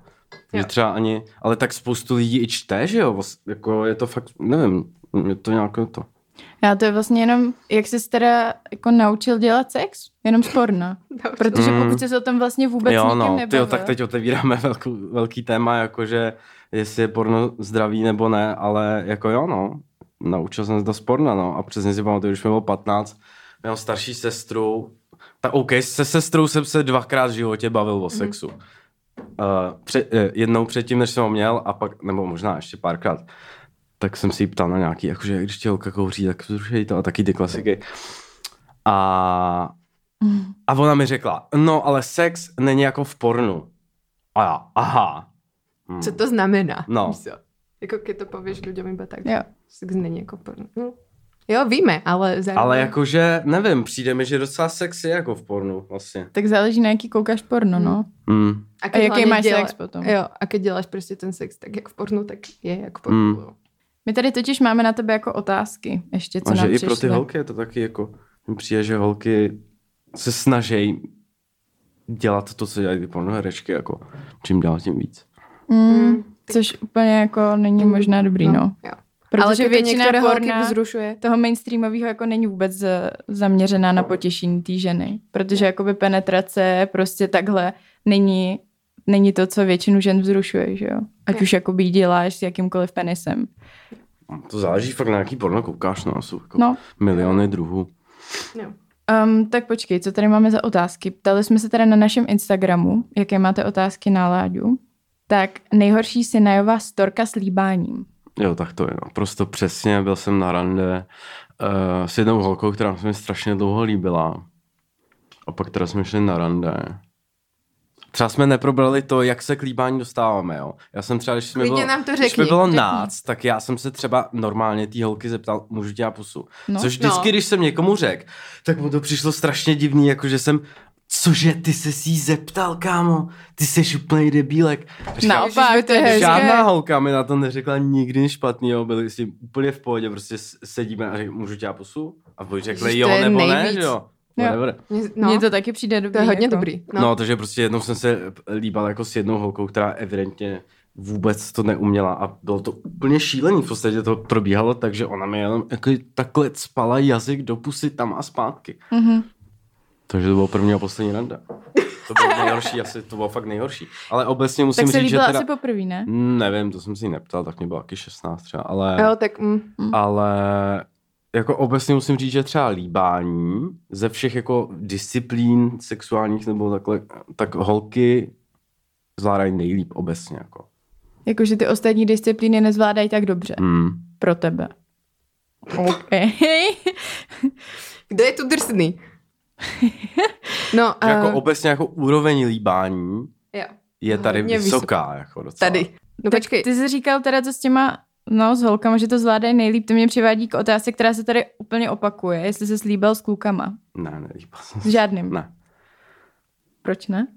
Že
Jo.
třeba ani, ale tak spoustu lidí i čte, že jo, Vlast- jako je to fakt, nevím, je to nějak to.
Já to je vlastně jenom, jak jsi teda jako naučil dělat sex? Jenom z porna. Protože
Mm.
pokud jsi o tom vlastně vůbec jo, nikým no,
tyjo,
nebavil.
tak teď otevíráme [LAUGHS] velkou, velký téma, jakože jestli je porno zdravý nebo ne, ale jako jo, no, naučil jsem se to z porna, no, a přesně si pamatuju, když mi bylo 15, měl starší sestru, tak OK, se sestrou jsem se dvakrát v životě bavil
Mhm.
o sexu. Uh, pře- eh, jednou předtím, než jsem ho měl, a pak, nebo možná ještě párkrát, tak jsem si ji ptal na nějaký, jakože když tě holka kouří, tak vzrušej to a taky ty klasiky. A a ona mi řekla, no ale sex není jako v pornu. A já, aha. Hmm.
Co to znamená?
No.
Víš co? Jako keď to pověš lidem iba tak.
Jo.
Sex není jako porno. No. Jo, víme, ale zároveň...
Ale jakože, nevím, přijde mi, že docela sex je jako v pornu vlastně.
Tak záleží na jaký koukáš porno, no.
Mm.
A
keď
jaký
hlavně
máš
děla-
sex potom?
Jo, a když děláš prostě ten sex tak jak v pornu, tak je jak v pornu.
Mm.
Mm.
My tady totiž máme na tebe jako otázky ještě, co
A že
nám
i
přišly.
pro ty holky je to taky jako, mi přijde, že holky se snaží dělat to, co dělají ty pornoherečky, jako čím dál tím víc.
Mm, což úplně jako není možná dobrý, no.
Jo. Ale
Protože
keď
většina
některé holky
porna
vzrušuje.
toho mainstreamového jako není vůbec eh, zaměřená
No.
na potěšení té ženy. Protože jakoby penetrace prostě takhle není, není to, co většinu žen vzrušuje, že jo.
No.
Ať už jakoby ji děláš s jakýmkoliv penisem.
To záleží fakt na jaký porno koukáš, no, jsou jako
No.
miliony druhů.
Jo.
Um, tak počkej, co tady máme za otázky? Ptali jsme se teda na našem Instagramu, jaké máte otázky na Láďu. Tak nejhorší Sinajová storka s líbáním.
Jo, tak to je. No. Prosto přesně, byl jsem na rande uh, s jednou holkou, která se mi strašně dlouho líbila. A pak teda jsme šli na rande. Třeba jsme neprobrali to, jak se k líbání dostáváme, jo. Já jsem třeba, když mi
Klidně
bylo,
nám to
když mi
řekni,
bylo
řekni.
nác, tak já jsem se třeba normálně té holky zeptal, můžu tě já pusu.
No.
No, Což vždycky,
No.
no. když jsem někomu řekl, tak mu to přišlo strašně divný, jako že jsem Cože, ty se si jí zeptal, kámo? Ty jsi úplnej debílek. Říkám,
No,
Naopak, to je
hezké.
Žádná holka mi na to neřekla nikdy nic špatného, byli s tím úplně v pohodě, prostě s- sedíme a říkám, můžu tě já pusu? A buď řekli
Ježiš,
jo
to je
nebo ne,
nejvíc.
že jo?
Jo.
Whatever.
Mně-
No.
No,
Mně to taky přijde dobrý.
to je hodně
jako.
dobrý.
No. no, takže prostě jednou jsem se líbal jako s jednou holkou, která evidentně vůbec to neuměla a bylo to úplně šílený, v podstatě to probíhalo, takže ona mi jenom jako takhle spala jazyk do pusy tam a zpátky.
Mhm.
Takže to bylo první a poslední rande. To bylo nejhorší, asi to bylo fakt nejhorší. Ale obecně musím
Tak se
říct, že
líbila
teda...
asi poprvé, ne?
Nevím, to jsem si ji neptal, tak mě bylo taky 16 třeba, ale...
Jo, tak mm,
ale jako obecně musím říct, že třeba líbání ze všech jako disciplín sexuálních nebo takhle, tak holky zvládají nejlíp obecně. Jako.
Jakože ty ostatní disciplíny nezvládají tak dobře.
Mm.
Pro tebe. OK.
Kdo je tu
[LAUGHS]
drsný? no,
Že
eh,
Jako obecně jako úroveň líbání
jo.
je tady
Hodně vysoko.
vysoká. Jako docela.
Tady. No
tak
počkej.
ty jsi říkal teda, co s těma No, s holkama, že to zvládají nejlíp. To mě přivádí k otázce, která se tady úplně opakuje. Jestli se slíbil s klukama.
Ne, nelíbá jsem
S
se.
žádným.
Ne.
Proč ne?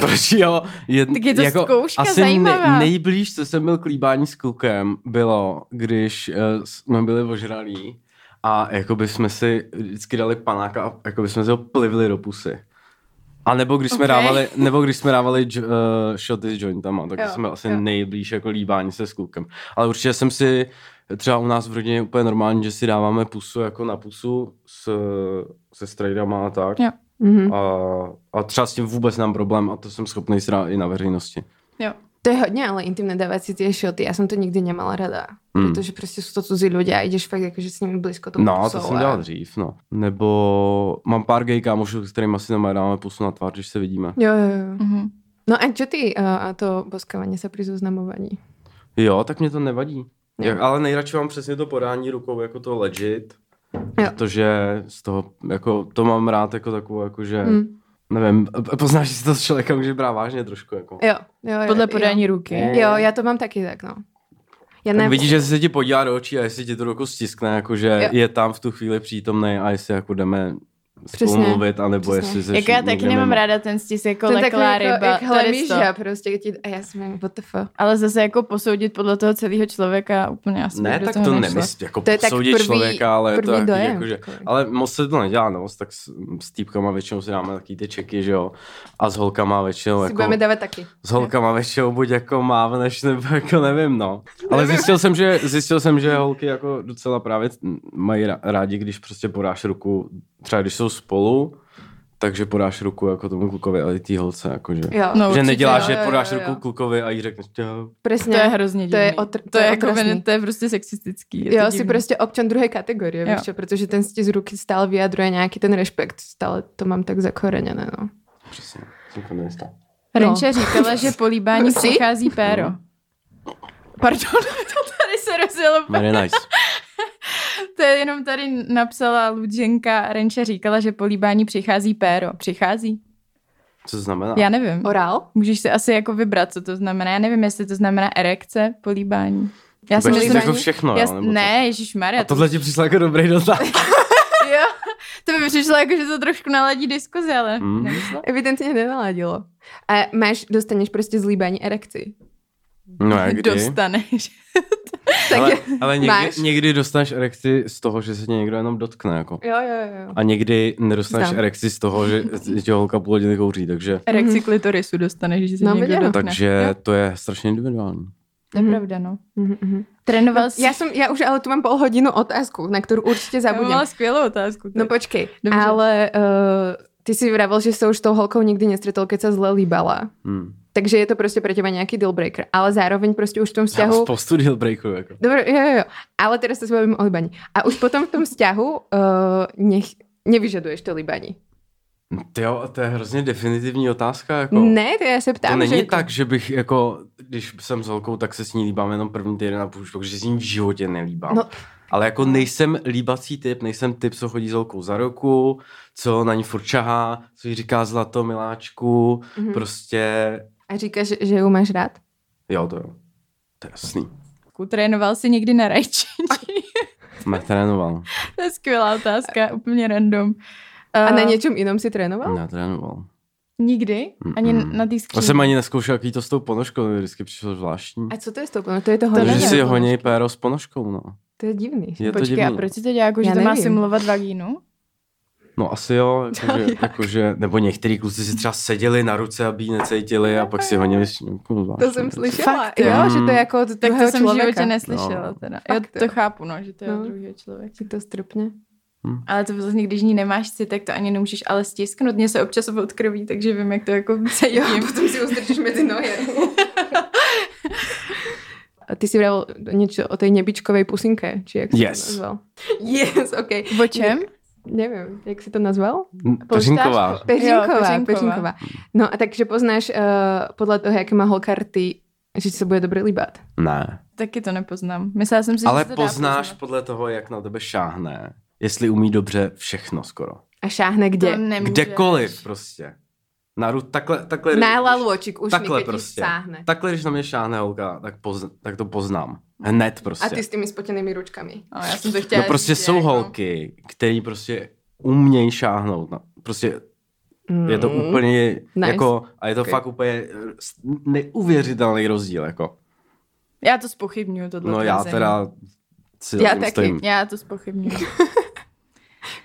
Proč jo? Je,
Tak je to
jako,
zkouška
asi
zajímavá.
Nej, nejblíž, co jsem byl k líbání s klukem, bylo, když uh, jsme byli ožralí a jakoby jsme si vždycky dali panáka a jakoby jsme si ho plivli do pusy. A nebo když jsme
Ok.
dávali, nebo když jsme dávali jo, uh, shoty s jointama, tak
Jo,
jsme asi
jo.
nejblíž jako líbání se s klukem. Ale určitě jsem si, třeba u nás v rodině je úplně normální, že si dáváme pusu jako na pusu s, se strejdama a tak.
Jo.
Mhm.
A, a třeba s tím vůbec nemám problém a to jsem schopný si dát i na veřejnosti.
Jo.
To je hodně ale intimné dávat si tie šoty. Já jsem to nikdy nemala rada.
Mm.
Protože prostě jsou to cizí lidé a jdeš fakt jakože s nimi blízko tomu
No, to
pusou
jsem
a-
dělal dřív, no. Nebo mám pár gay kámošů, s kterými asi normálně dáme pusu na tvář, když se vidíme.
Jo, jo, jo.
Mhm.
No a čo ty eh, a to boskávání se při zoznamovaní?
Jo, tak mě to nevadí.
Jo.
Jak, ale nejradši mám přesně to podání rukou jako to legit,
Jo.
protože z toho, jako, to mám rád jako takovou, jako že, mm.
Mm.
nevím, poznáš, že si to z člověka může brát vážně trošku, jako.
Jo, jo, jo.
Podle
jo.
podání ruky.
Jo, já to mám taky tak, no. Já
Tak vidíš, že se ti podívá do očí a jestli ti to ruku stiskne, jakože
Jo.
jo. je tam v tu chvíli přítomný a jestli jako jdeme spolu
Přesně,
mluvit, anebo
přesně.
jestli se
Jako já taky
někde
nemám
mimo.
ráda ten stisk jako
to je takový
leklá
jako,
ryba.
jak
tady to.
hlemíža prostě. Ti, a já jsem jak, what the fuck.
Ale zase jako posoudit podle toho celého člověka úplně asi
Ne,
bych do
tak
toho
to
nešla.
nemyslím, jako
To je tak
soudit
první-
člověka, ale je to
první
taky, jako,
dojem. jako-
jakože, ale moc se to nedělá, no, tak s, s týpkama většinou si dáme taky ty čeky, že jo, a s holkama většinou,
Si
jako,
budeme dávat taky.
s holkama většinou buď jako mávneš, nebo jako nevím, no. Ale zjistil jsem, že, zjistil jsem, že holky jako docela právě mají ra- rádi, když prostě podáš ruku, třeba když jsou spolu, takže podáš ruku jako tomu klukovi, ale i té holce, jakože.
Jo,
No,
že
určitě,
neděláš,
jo,
že
jo,
podáš
jo, jo.
ruku klukovi a jí řekneš čau.
přesně.
To je hrozně divný.
To je otr-
to
to je
je, jako
otrasný.
ven, to je prostě sexistický. Je to
Jo, si
divný.
prostě občan druhé kategorie, víš
Jo.
čo, protože ten stis ruky stále vyjadruje nějaký ten respekt, stále to mám tak zakoreněné, no.
Přesně, jsem to nejistá.
Renče říkala, že [LAUGHS] políbání přichází péro.
No.
Pardon, [LAUGHS] to tady se rozjelo.
Very nice.
To je jenom tady napsala Ludženka. Renče říkala, že políbání přichází péro. Přichází?
Co to znamená?
Já nevím.
Orál?
Můžeš si asi jako vybrat, co to znamená. Já nevím, jestli to znamená erekce, políbání. Já si
Budeš
myslím,
říct jako
že...
všechno,
Já,
jo? nebo co?
ne, Ježíš Maria.
A tohle ti přišlo jako dobrý dotaz.
[LAUGHS] Jo, to by přišlo jako, že to trošku naladí diskuzi, ale
Mm.
nevyšlo.
Evidentně nenaladilo. A máš, dostaneš prostě zlíbání erekci.
No
[LAUGHS]
a kdy?
Dostaneš.
Tak
ale,
je,
ale
máš?
někdy, někdy dostaneš erekci z toho, že se tě někdo jenom dotkne, jako.
jo, jo, jo.
A někdy nedostaneš
Znám.
Znám. erekci z toho,
[LAUGHS]
že tě holka půl hodiny kouří, takže,
Erekci klitorisu dostaneš, když se
No,
no, někdo
viděno.
dotkne.
takže
Jo,
to je strašně individuální.
to je pravda, no.
Mhm, mhm.
Trénoval jsi...
Já, jsem, já už ale tu mám pol hodinu otázku, na kterou určitě
já
zabudem.
mám skvělou otázku.
No počkej,
Vlastně. Dobře.
ale uh, ty si vravel, že se už s tou holkou nikdy nestretol, keď sa zle líbala.
Hmm.
Takže je to prostě pro teba nějaký dealbreaker. Ale zároveň prostě už v tom
Já
vzťahu...
spoustu deal breaků, jako.
Dobre, jo, jo, jo. Ale teraz sa bavím o líbaní. A už potom v tom vzťahu uh, nech, nevyžaduješ to líbaní.
Tyjo, to je hrozně definitivní otázka, jako.
No. Ne, to já se ptám,
to není
že...
tak, že bych jako, když jsem s holkou, tak se s ní líbám jenom první týden a půl, protože s ní v životě nelíbám.
No.
No. Ale jako nejsem líbací typ, nejsem typ, co chodí s holkou za roku, co na ní furt čahá, co jí říká zlato, miláčku,
Mhm.
mm-hmm. prostě,
A říkáš, že- že ju máš rád?
jo to jo, to je jasný.
Trénoval jsi někdy na rajčení?
Netrénoval,
[LAUGHS] to je skvělá otázka, úplně random.
A
Eh,
na něčem jinom si
no.
trénoval?
netrénoval.
Nikdy? Ani
Mm-mm.
na té
Já
skříni?
jsem ani neskoušel, jaký to s tou ponožkou, mi vždycky přišlo zvláštní.
A co to je s tou plnou? To jako je to
To
Protože
hodně.
nevím.
si honí péro s ponožkou, no.
To je divný.
Je to
Počkej,
divný.
a proč si to dělá, jako, že
Já
to má
nevím.
simulovat vagínu?
No asi jo,
[LAUGHS]
jakože, jakože nebo některý kluci si třeba seděli na ruce, aby ji necítili a pak si honili šňůrku. jako zvláštní.
To jsem slyšela,
Fakt,
jo,
jo?
že to je jako od
Tak
druhého
to jsem v
člověka.
životě neslyšela.
No.
Teda. Já
Fakt,
to
jo.
chápu, no, že to je
No.
od druhého člověka.
Ti to strpně.
Ale to vlastně, když ní nemáš si, tak to ani nemůžeš ale stisknout. Mně se občas odkroví, takže vím, jak to jako [LAUGHS]
Jo,
cítím.
potom si ustrčíš mezi nohy. [LAUGHS] A ty si vravil něco o té nebičkové pusinke, či jak jsi to
Yes.
nazval. Yes, ok.
O čem?
nevím, jak si to nazval?
Peřinková.
Peřinková,
Jo,
peřinková.
Peřinková.
peřinková. No a takže poznáš uh, podle toho, jaké má holka rty, že ti se bude dobře líbat.
Ne.
Taky to nepoznám. Myslela jsem si,
Ale
že se to dá
poznáš
poznat.
podle toho, jak na tebe šáhne. Jestli umí dobře všechno skoro.
A šáhne
To
kde?
nemůžeš.
Kdekoliv prostě. Na ru, takhle, takhle.
Na lalvočik už
takhle
mi prostě.
prostě.
sáhne.
Takhle, když na mě šáhne holka, tak, pozn, tak to poznám. Hned prostě.
A ty s těmi spotěnými ručkami.
No, já jsem to chtěla
no prostě
říct,
jsou
jako-
holky, který prostě umějí šáhnout. Na, prostě je to
Mm.
úplně
Nice.
jako, a je to
Okay.
fakt úplně eh, s- neuvěřitelný rozdíl, jako.
Já to spochybnuju, tohle
No já
tvrzení.
teda si za
Já
tím
taky.
stojím.
Já to spochybnuju.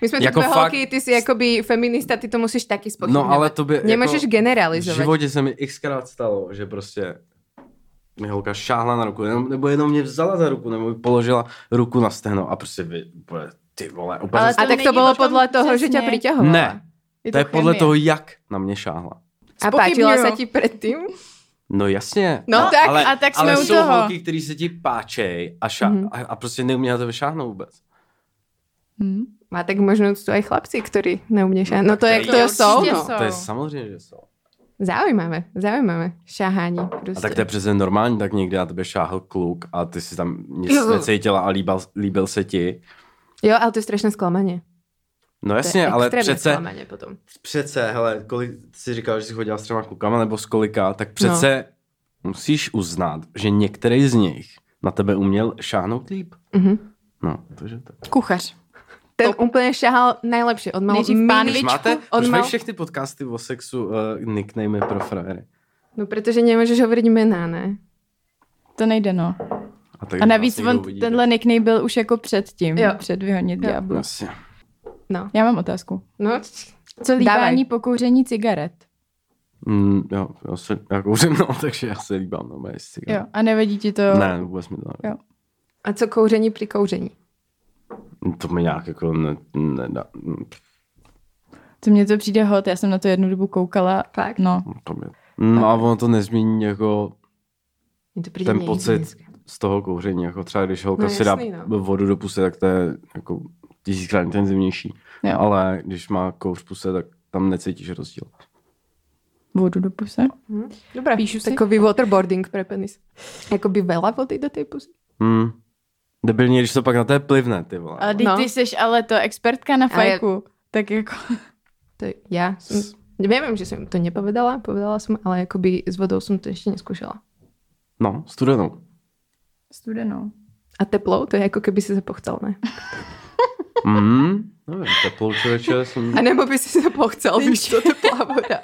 My jsme jako
Jako
tvoje
fakt-
holky, ty jsi jakoby feminista, ty to musíš taky spochybňovat.
No ale to by
Nemůžeš
jako, v
generalizovat.
životě se mi xkrát stalo, že prostě mi holka šáhla na ruku, jenom, nebo jenom mě vzala za ruku, nebo mi položila ruku na stehno a prostě vy, bude, ty vole, úplně
Ale
ale
to
A tak to
není
bylo
o tom
podle toho, že tě
přesně.
přitahovala.
Ne,
Je
to je podle
chemie.
toho, jak na mě šáhla.
A páčila se
Spochybňuju.
ti předtím?
No jasně.
No, tak
ale,
a tak jsme
ale
u
jsou
toho.
holky, který se ti páčej a, ša-
Mhm.
a, a prostě neumí na tebe šáhnout vůbec.
Hm.
Má tak možnost tu aj chlapci, kteří neuměš. No, no
tak
to,
to
jak
je
to
jasný.
jsou,
Určitě
no.
jsou.
To je samozřejmě, že jsou.
Zaujímavé, zaujímavé. Šahání prostě.
A tak to je přece normální, tak někdy na tebe šáhl kluk a ty si tam nic
Jo.
necítila a líbil, líbil se ti.
Jo, ale to je strašné zklamaně.
No
To je
jasně, ale
extrémně
přece,
zklamaně potom.
přece, hele, kolik jsi říkal, že jsi chodila s třema klukama nebo s kolika, tak přece no. musíš uznat, že některý z nich na tebe uměl šáhnout líp.
Mhm.
No, tože to.
Kuchař.
Ten úplně šahal nejlepší. On mal
Nejdřív
mini-
pánvi-
Už
Ličku,
máte,
on
už
mal-
mají všechny podcasty o sexu uh, nicknamy pro frajery.
No, protože nemůžeš hovorit jména, ne?
To nejde, no.
tak
A
vás
navíc
někdo
on,
uvidí,
tenhle nickname byl už jako před tím,
Jo.
před vyhonit
Jo.
tak-
Diablo.
Jasně.
No.
Já mám otázku.
No,
Co
Dávaj.
líbání po kouření cigaret?
Mm, jo, já se, já kouřím, [LAUGHS] no, takže já se líbám, no, bez cigaret.
Jo. A nevadí ti to?
Ne, vůbec mi to ne.
a co kouření při kouření?
To mi nějak jako ne, nedá. mm,
To mně to přijde hot, já jsem na to jednu dobu koukala.
Fakt?
No.
To mě, no a ono to nezmění jako
Mně to přijde
Ten
nehygienické.
pocit. z toho kouření, jako třeba když holka
No
no, si dá
jasný, no.
vodu do pusy, tak to je jako tisíckrát intenzivnější.
Jo.
Ale když má kouř v puse, tak tam necítíš rozdíl.
Vodu do puse.
Hm? Dobré.
Píšu si.
Takový waterboarding pro penis. Jakoby vela vody do té pusy.
Hmm. Debilně, když to pak na té plivne, ty vole.
Ale
No.
no. ty jsi ale to expertka na
Ale-
fajku. Tak jako...
To já jsem... Nevím, že jsem to nepovedala, povedala jsem, ale jakoby s vodou jsem to ještě neskúšala.
No, studenou.
Studenou.
A teplou, to je jako keby si se pochcel, ne?
Mm, [LAUGHS] nevím, teplou člověče jsem...
[LAUGHS] A nebo by si se pochcel, víš, to [LAUGHS] teplá voda.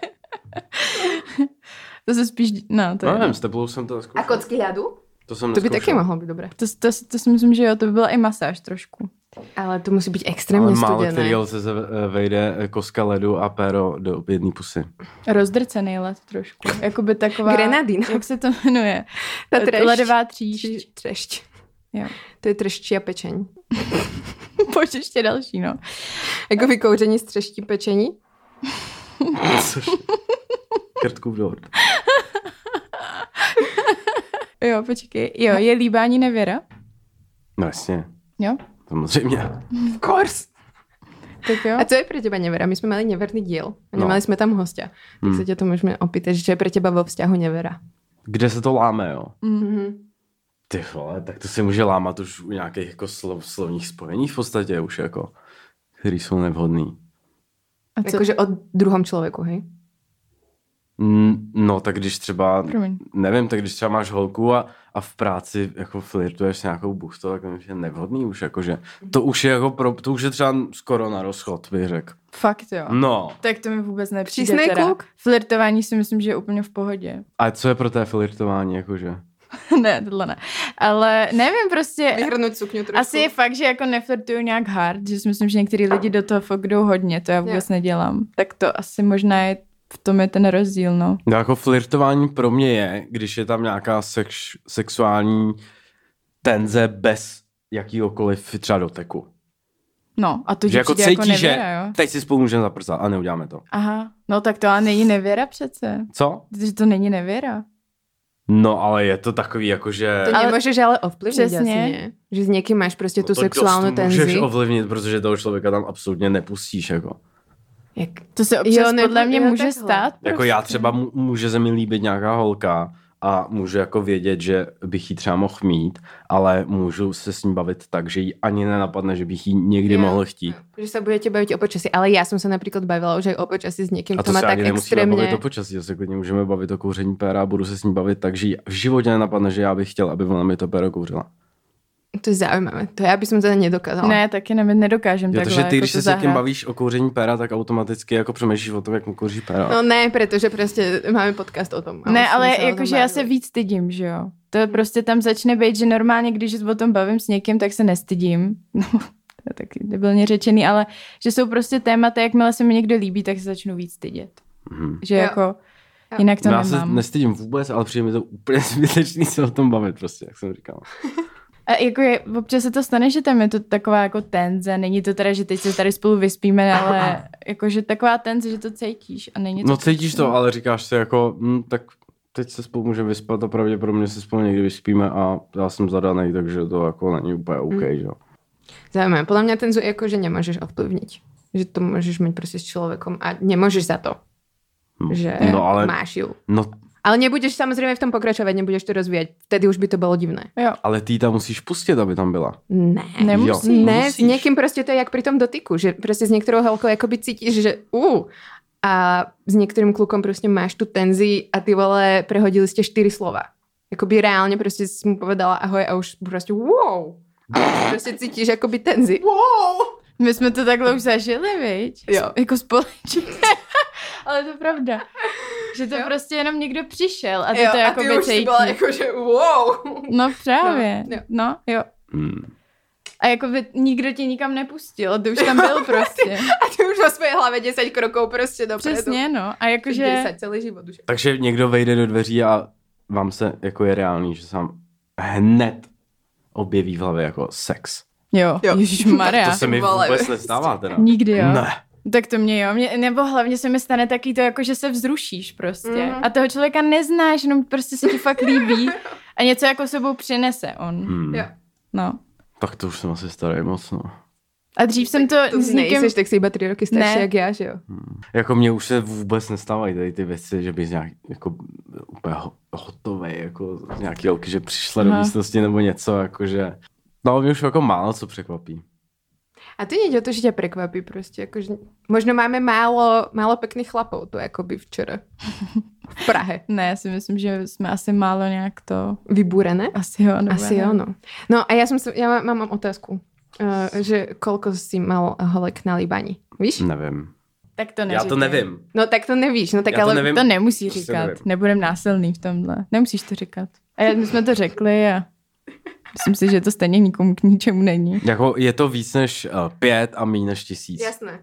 To se spíš... No, to,
No,
je-
nevím, s teplou jsem to neskoušel.
A kocky ľadu?
To jsem
To by taky
neskoušel.
mohlo být dobré.
to, to, to, si myslím, že jo, to by byla i masáž trošku.
Ale to musí být extrémně
Ale málo
studené.
který lze se vejde eh, koska ledu a péro do jedné pusy.
Rozdrcený led trošku. Jakoby taková...
Grenadín.
Jak se to jmenuje?
Ta trešť.
Ledová tříšť.
Třešť. Třešť.
Jo.
To je trešť a pečení.
Pojď ještě další, no.
Jako vykouření z třeští pečení.
[LAUGHS] Což... Krtkův dort.
Jo, počkej. Jo, je líbání nevěra?
No jasně,
Jo?
samozřejmě.
Of course.
Tak jo.
A co je pro teba nevera? My jsme měli neverný díl. A
No.
nemali jsme tam hosta. Tak
Hmm.
se tě to můžeme opýtat, že je pro teba vo vzťahu nevera.
Kde se to láme, jo?
Mm-hmm.
Ty vole, tak to se může lámat už u nějakých jako slov, slovních spojení v podstatě už jako, který jsou nevhodný.
A co?
Jakože o druhém člověku, hej?
Mm, No tak když třeba,
Promiň.
nevím, tak když třeba máš holku a, a v práci jako flirtuješ s nějakou buchtou, tak to je nevhodný už jako, že to už je jako pro, to už je třeba skoro na rozchod, bych řekl.
Fakt jo.
No,
Tak to mi vůbec nepřijde
Přísnej
teda.
kluk?
Flirtování si myslím, že je úplně v pohodě. [LAUGHS]
a co je pro té flirtování, jakože?
ne, tohle ne. Ale nevím, prostě...
Vyhrnout sukňu trošku.
Asi je fakt, že jako neflirtuju nějak hard, že si myslím, že některý lidi do toho fakt jdou hodně, to já vůbec nedělám. Tak to asi možná je, v tom je ten rozdíl, no.
No jako flirtování pro mě je, když je tam nějaká sex, sexuální tenze bez jakýhokoliv třeba doteku.
No, a to
že
ti
jako
přijde
cítí,
jako nevěra,
že
jo?
teď si spolu můžeme zaprsat a neuděláme to.
Aha, no tak to ale není nevěra přece.
Co?
Protože to není nevěra.
No ale je to takový jako, že...
To
Ale-
ale... nemůžeš ale ovplyvnit
Přesně.
asi, ne? Že s někým máš prostě tu
No to dost
sexuální
Můžeš
tenzi.
ovlivnit, protože toho člověka tam absolutně nepustíš. Jako,
Jak...
To se občas jo,
ne-
podle mě
jo,
může
takhle.
stát. prostě.
jako
Prostě.
já třeba mu- může se mi líbit nějaká holka a můžu jako vědět, že bych ji třeba mohl mít, ale můžu se s ní bavit tak, že jí ani nenapadne, že bych ji někdy
Jo.
mohl chtít.
Že se budete bavit o počasí, ale já jsem se například bavila už aj o počasí s někým,
A to
kdo má
se
tak
ani nemusíme bavit
extrémně...
o počasí, to se klidně můžeme bavit o kouření péra a budu se s ní bavit, takže jí v životě nenapadne, že já bych chtěl, aby ona mi to péro kouřila.
To je zaujímavé, to já bych teda nedokázala.
Ne, taky ne, nedokážem
Jo,
takhle.
takže ty,
jako
když
to
se s někým
zahrát.
bavíš o kouření péra, tak automaticky jako přemýšlíš o tom, jak mu kouří péra.
No ne, protože prostě máme podcast o tom.
Ne,
už jsme No, se o
ale
tom
jakože já se
bavili.
víc stydím, že jo. To je prostě tam začne být, že normálně, když o tom bavím s někým, tak se nestydím. [LAUGHS] No, to je taky debilně řečený, ale že jsou prostě témata, jakmile se mi někdo líbí, tak se začnu víc stydět.
Mhm.
Že
Jo.
jako,
Jo.
jinak to
No, já se
nemám.
nestydím vůbec, ale přijde mi to úplně [LAUGHS] zbytečný se o tom bavit prostě, jak jsem říkal.
A jako je, občas se to stane, že tam je to taková jako tenze, není to teda, že teď se tady spolu vyspíme, ale jakože taková tenze, že to cítíš a není to...
No cítíš to, ale říkáš si jako, hm, tak teď se spolu můžeme vyspat a pravděpodobně se spolu někdy vyspíme a já jsem zadaný, takže to jako není úplně OK,
Hm.
že jo.
Zajímavé, podle mě ten zoo jako, že nemůžeš ovplyvnit. Že to můžeš mít prostě s člověkem a nemůžeš za to,
Hm.
že
No ale,
máš ju.
no,
Ale nebudeš samozřejmě v tom pokračovat, nebudeš to rozvíjet. Vtedy už by to bylo divné.
Jo,
ale ty ji tam musíš pustit, aby tam byla.
Ne.
nemusíš.
Jo.
Ne,
Musíš.
s někým prostě to je jak při tom dotyku, že prostě s některou holkou jakoby cítíš, že u a s některým klukom prostě máš tu tenzi a ty vole, prehodili jste čtyři slova. Jakoby reálně prostě jsi mu povedala ahoj a už prostě wow. A prostě cítíš jakoby tenzi.
My jsme to takhle už zažili, viď?
Jo.
Jako společně. [LAUGHS] Ale to je pravda. Že to jo. prostě jenom někdo přišel a ty jo, to jako by cítíš.
že wow.
No právě.
No,
No,
jo.
jo. no, jo.
Hm.
A jako by nikdo tě nikam nepustil, ty už tam byl prostě.
A ty už ve své hlavě 10 kroků prostě dopredu.
Přesně, no. A jakože...
10 celý život už.
Takže někdo vejde do dveří a vám se jako je reálný, že se vám hned objeví v hlavě jako sex.
Jo,
Jo.
jo. Maria.
To se No. mi
vole.
vůbec nestává
[LAUGHS]
teda.
Nikdy, jo.
Ne.
Tak to mě jo, mě, nebo hlavně se mi stane taky to, jako že se vzrušíš prostě
Mhm.
mm-hmm. a toho člověka neznáš, jenom prostě se ti fakt líbí a něco jako sebou přinese on,
Hm.
Jo.
no.
Tak to už jsem asi starý moc, no.
A dřív jsem to,
To
s někým...
nejseš, tak jsi iba 3 roky starší
Ne.
jak já, že jo?
Jako mně už se vůbec nestávají tady ty věci, že bys nějak jako úplně ho- hotovej, jako z nějaký holky, že přišla do
Aha.
místnosti nebo něco, jakože... No, mě už jako málo co překvapí.
A to nejde o to, že tě prekvapí prostě. Jakože... Možno máme málo, málo pekných chlapů to jakoby včera. V Prahe.
Ne, já si myslím, že jsme asi málo nějak to...
Vybúrené?
Asi jo, nebo
Asi
ne.
jo, no. No a já, jsem se, já mám, mám, otázku. Uh, že kolko si mal holek na Libani? Víš?
Nevím.
Tak to neříkej.
Já to nevím.
No tak to nevíš, no tak
Já to
ale...
nevím.
To nemusí
Prostě
říkat.
nevím.
Nebudem násilný v tomhle. Nemusíš to říkat. A my jsme to řekli a myslím si, že to stejně nikomu k ničemu není.
Jako je to víc než uh, pět a méně než tisíc.
Jasné.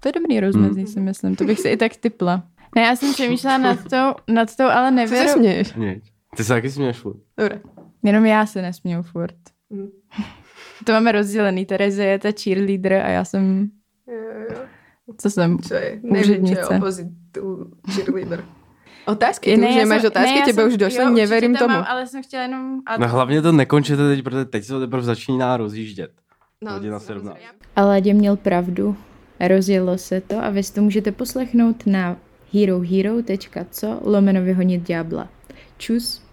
To je dobrý rozmezí,
Hmm.
si myslím. To bych si i tak typla. Ne, já jsem přemýšlela nad tou, nad tou ale
Co se
nevěru.
směješ?
Nic. Ty se taky směješ, furt.
Dobre.
Jenom já se nesměju furt.
Mhm.
[LAUGHS] To máme rozdělený. Tereze je ta cheerleader a já jsem... Co jsem?
Čo Eh, je?
Úřednice.
opozit cheerleader. Otázky, ty ne, už nemáš otázky,
já
tebe už došlo,
jo, určitě
neverím
tam
tomu.
Mám, ale jsem chtěla jenom... A
No hlavně to nekončete teď, protože teď se to teprve začíná rozjíždět.
no,
hodina se rovná.
A Ladě měl pravdu. Rozjelo se to a vy si to můžete poslechnout na herohero.co lomeno vyhonit ďábla. Čus.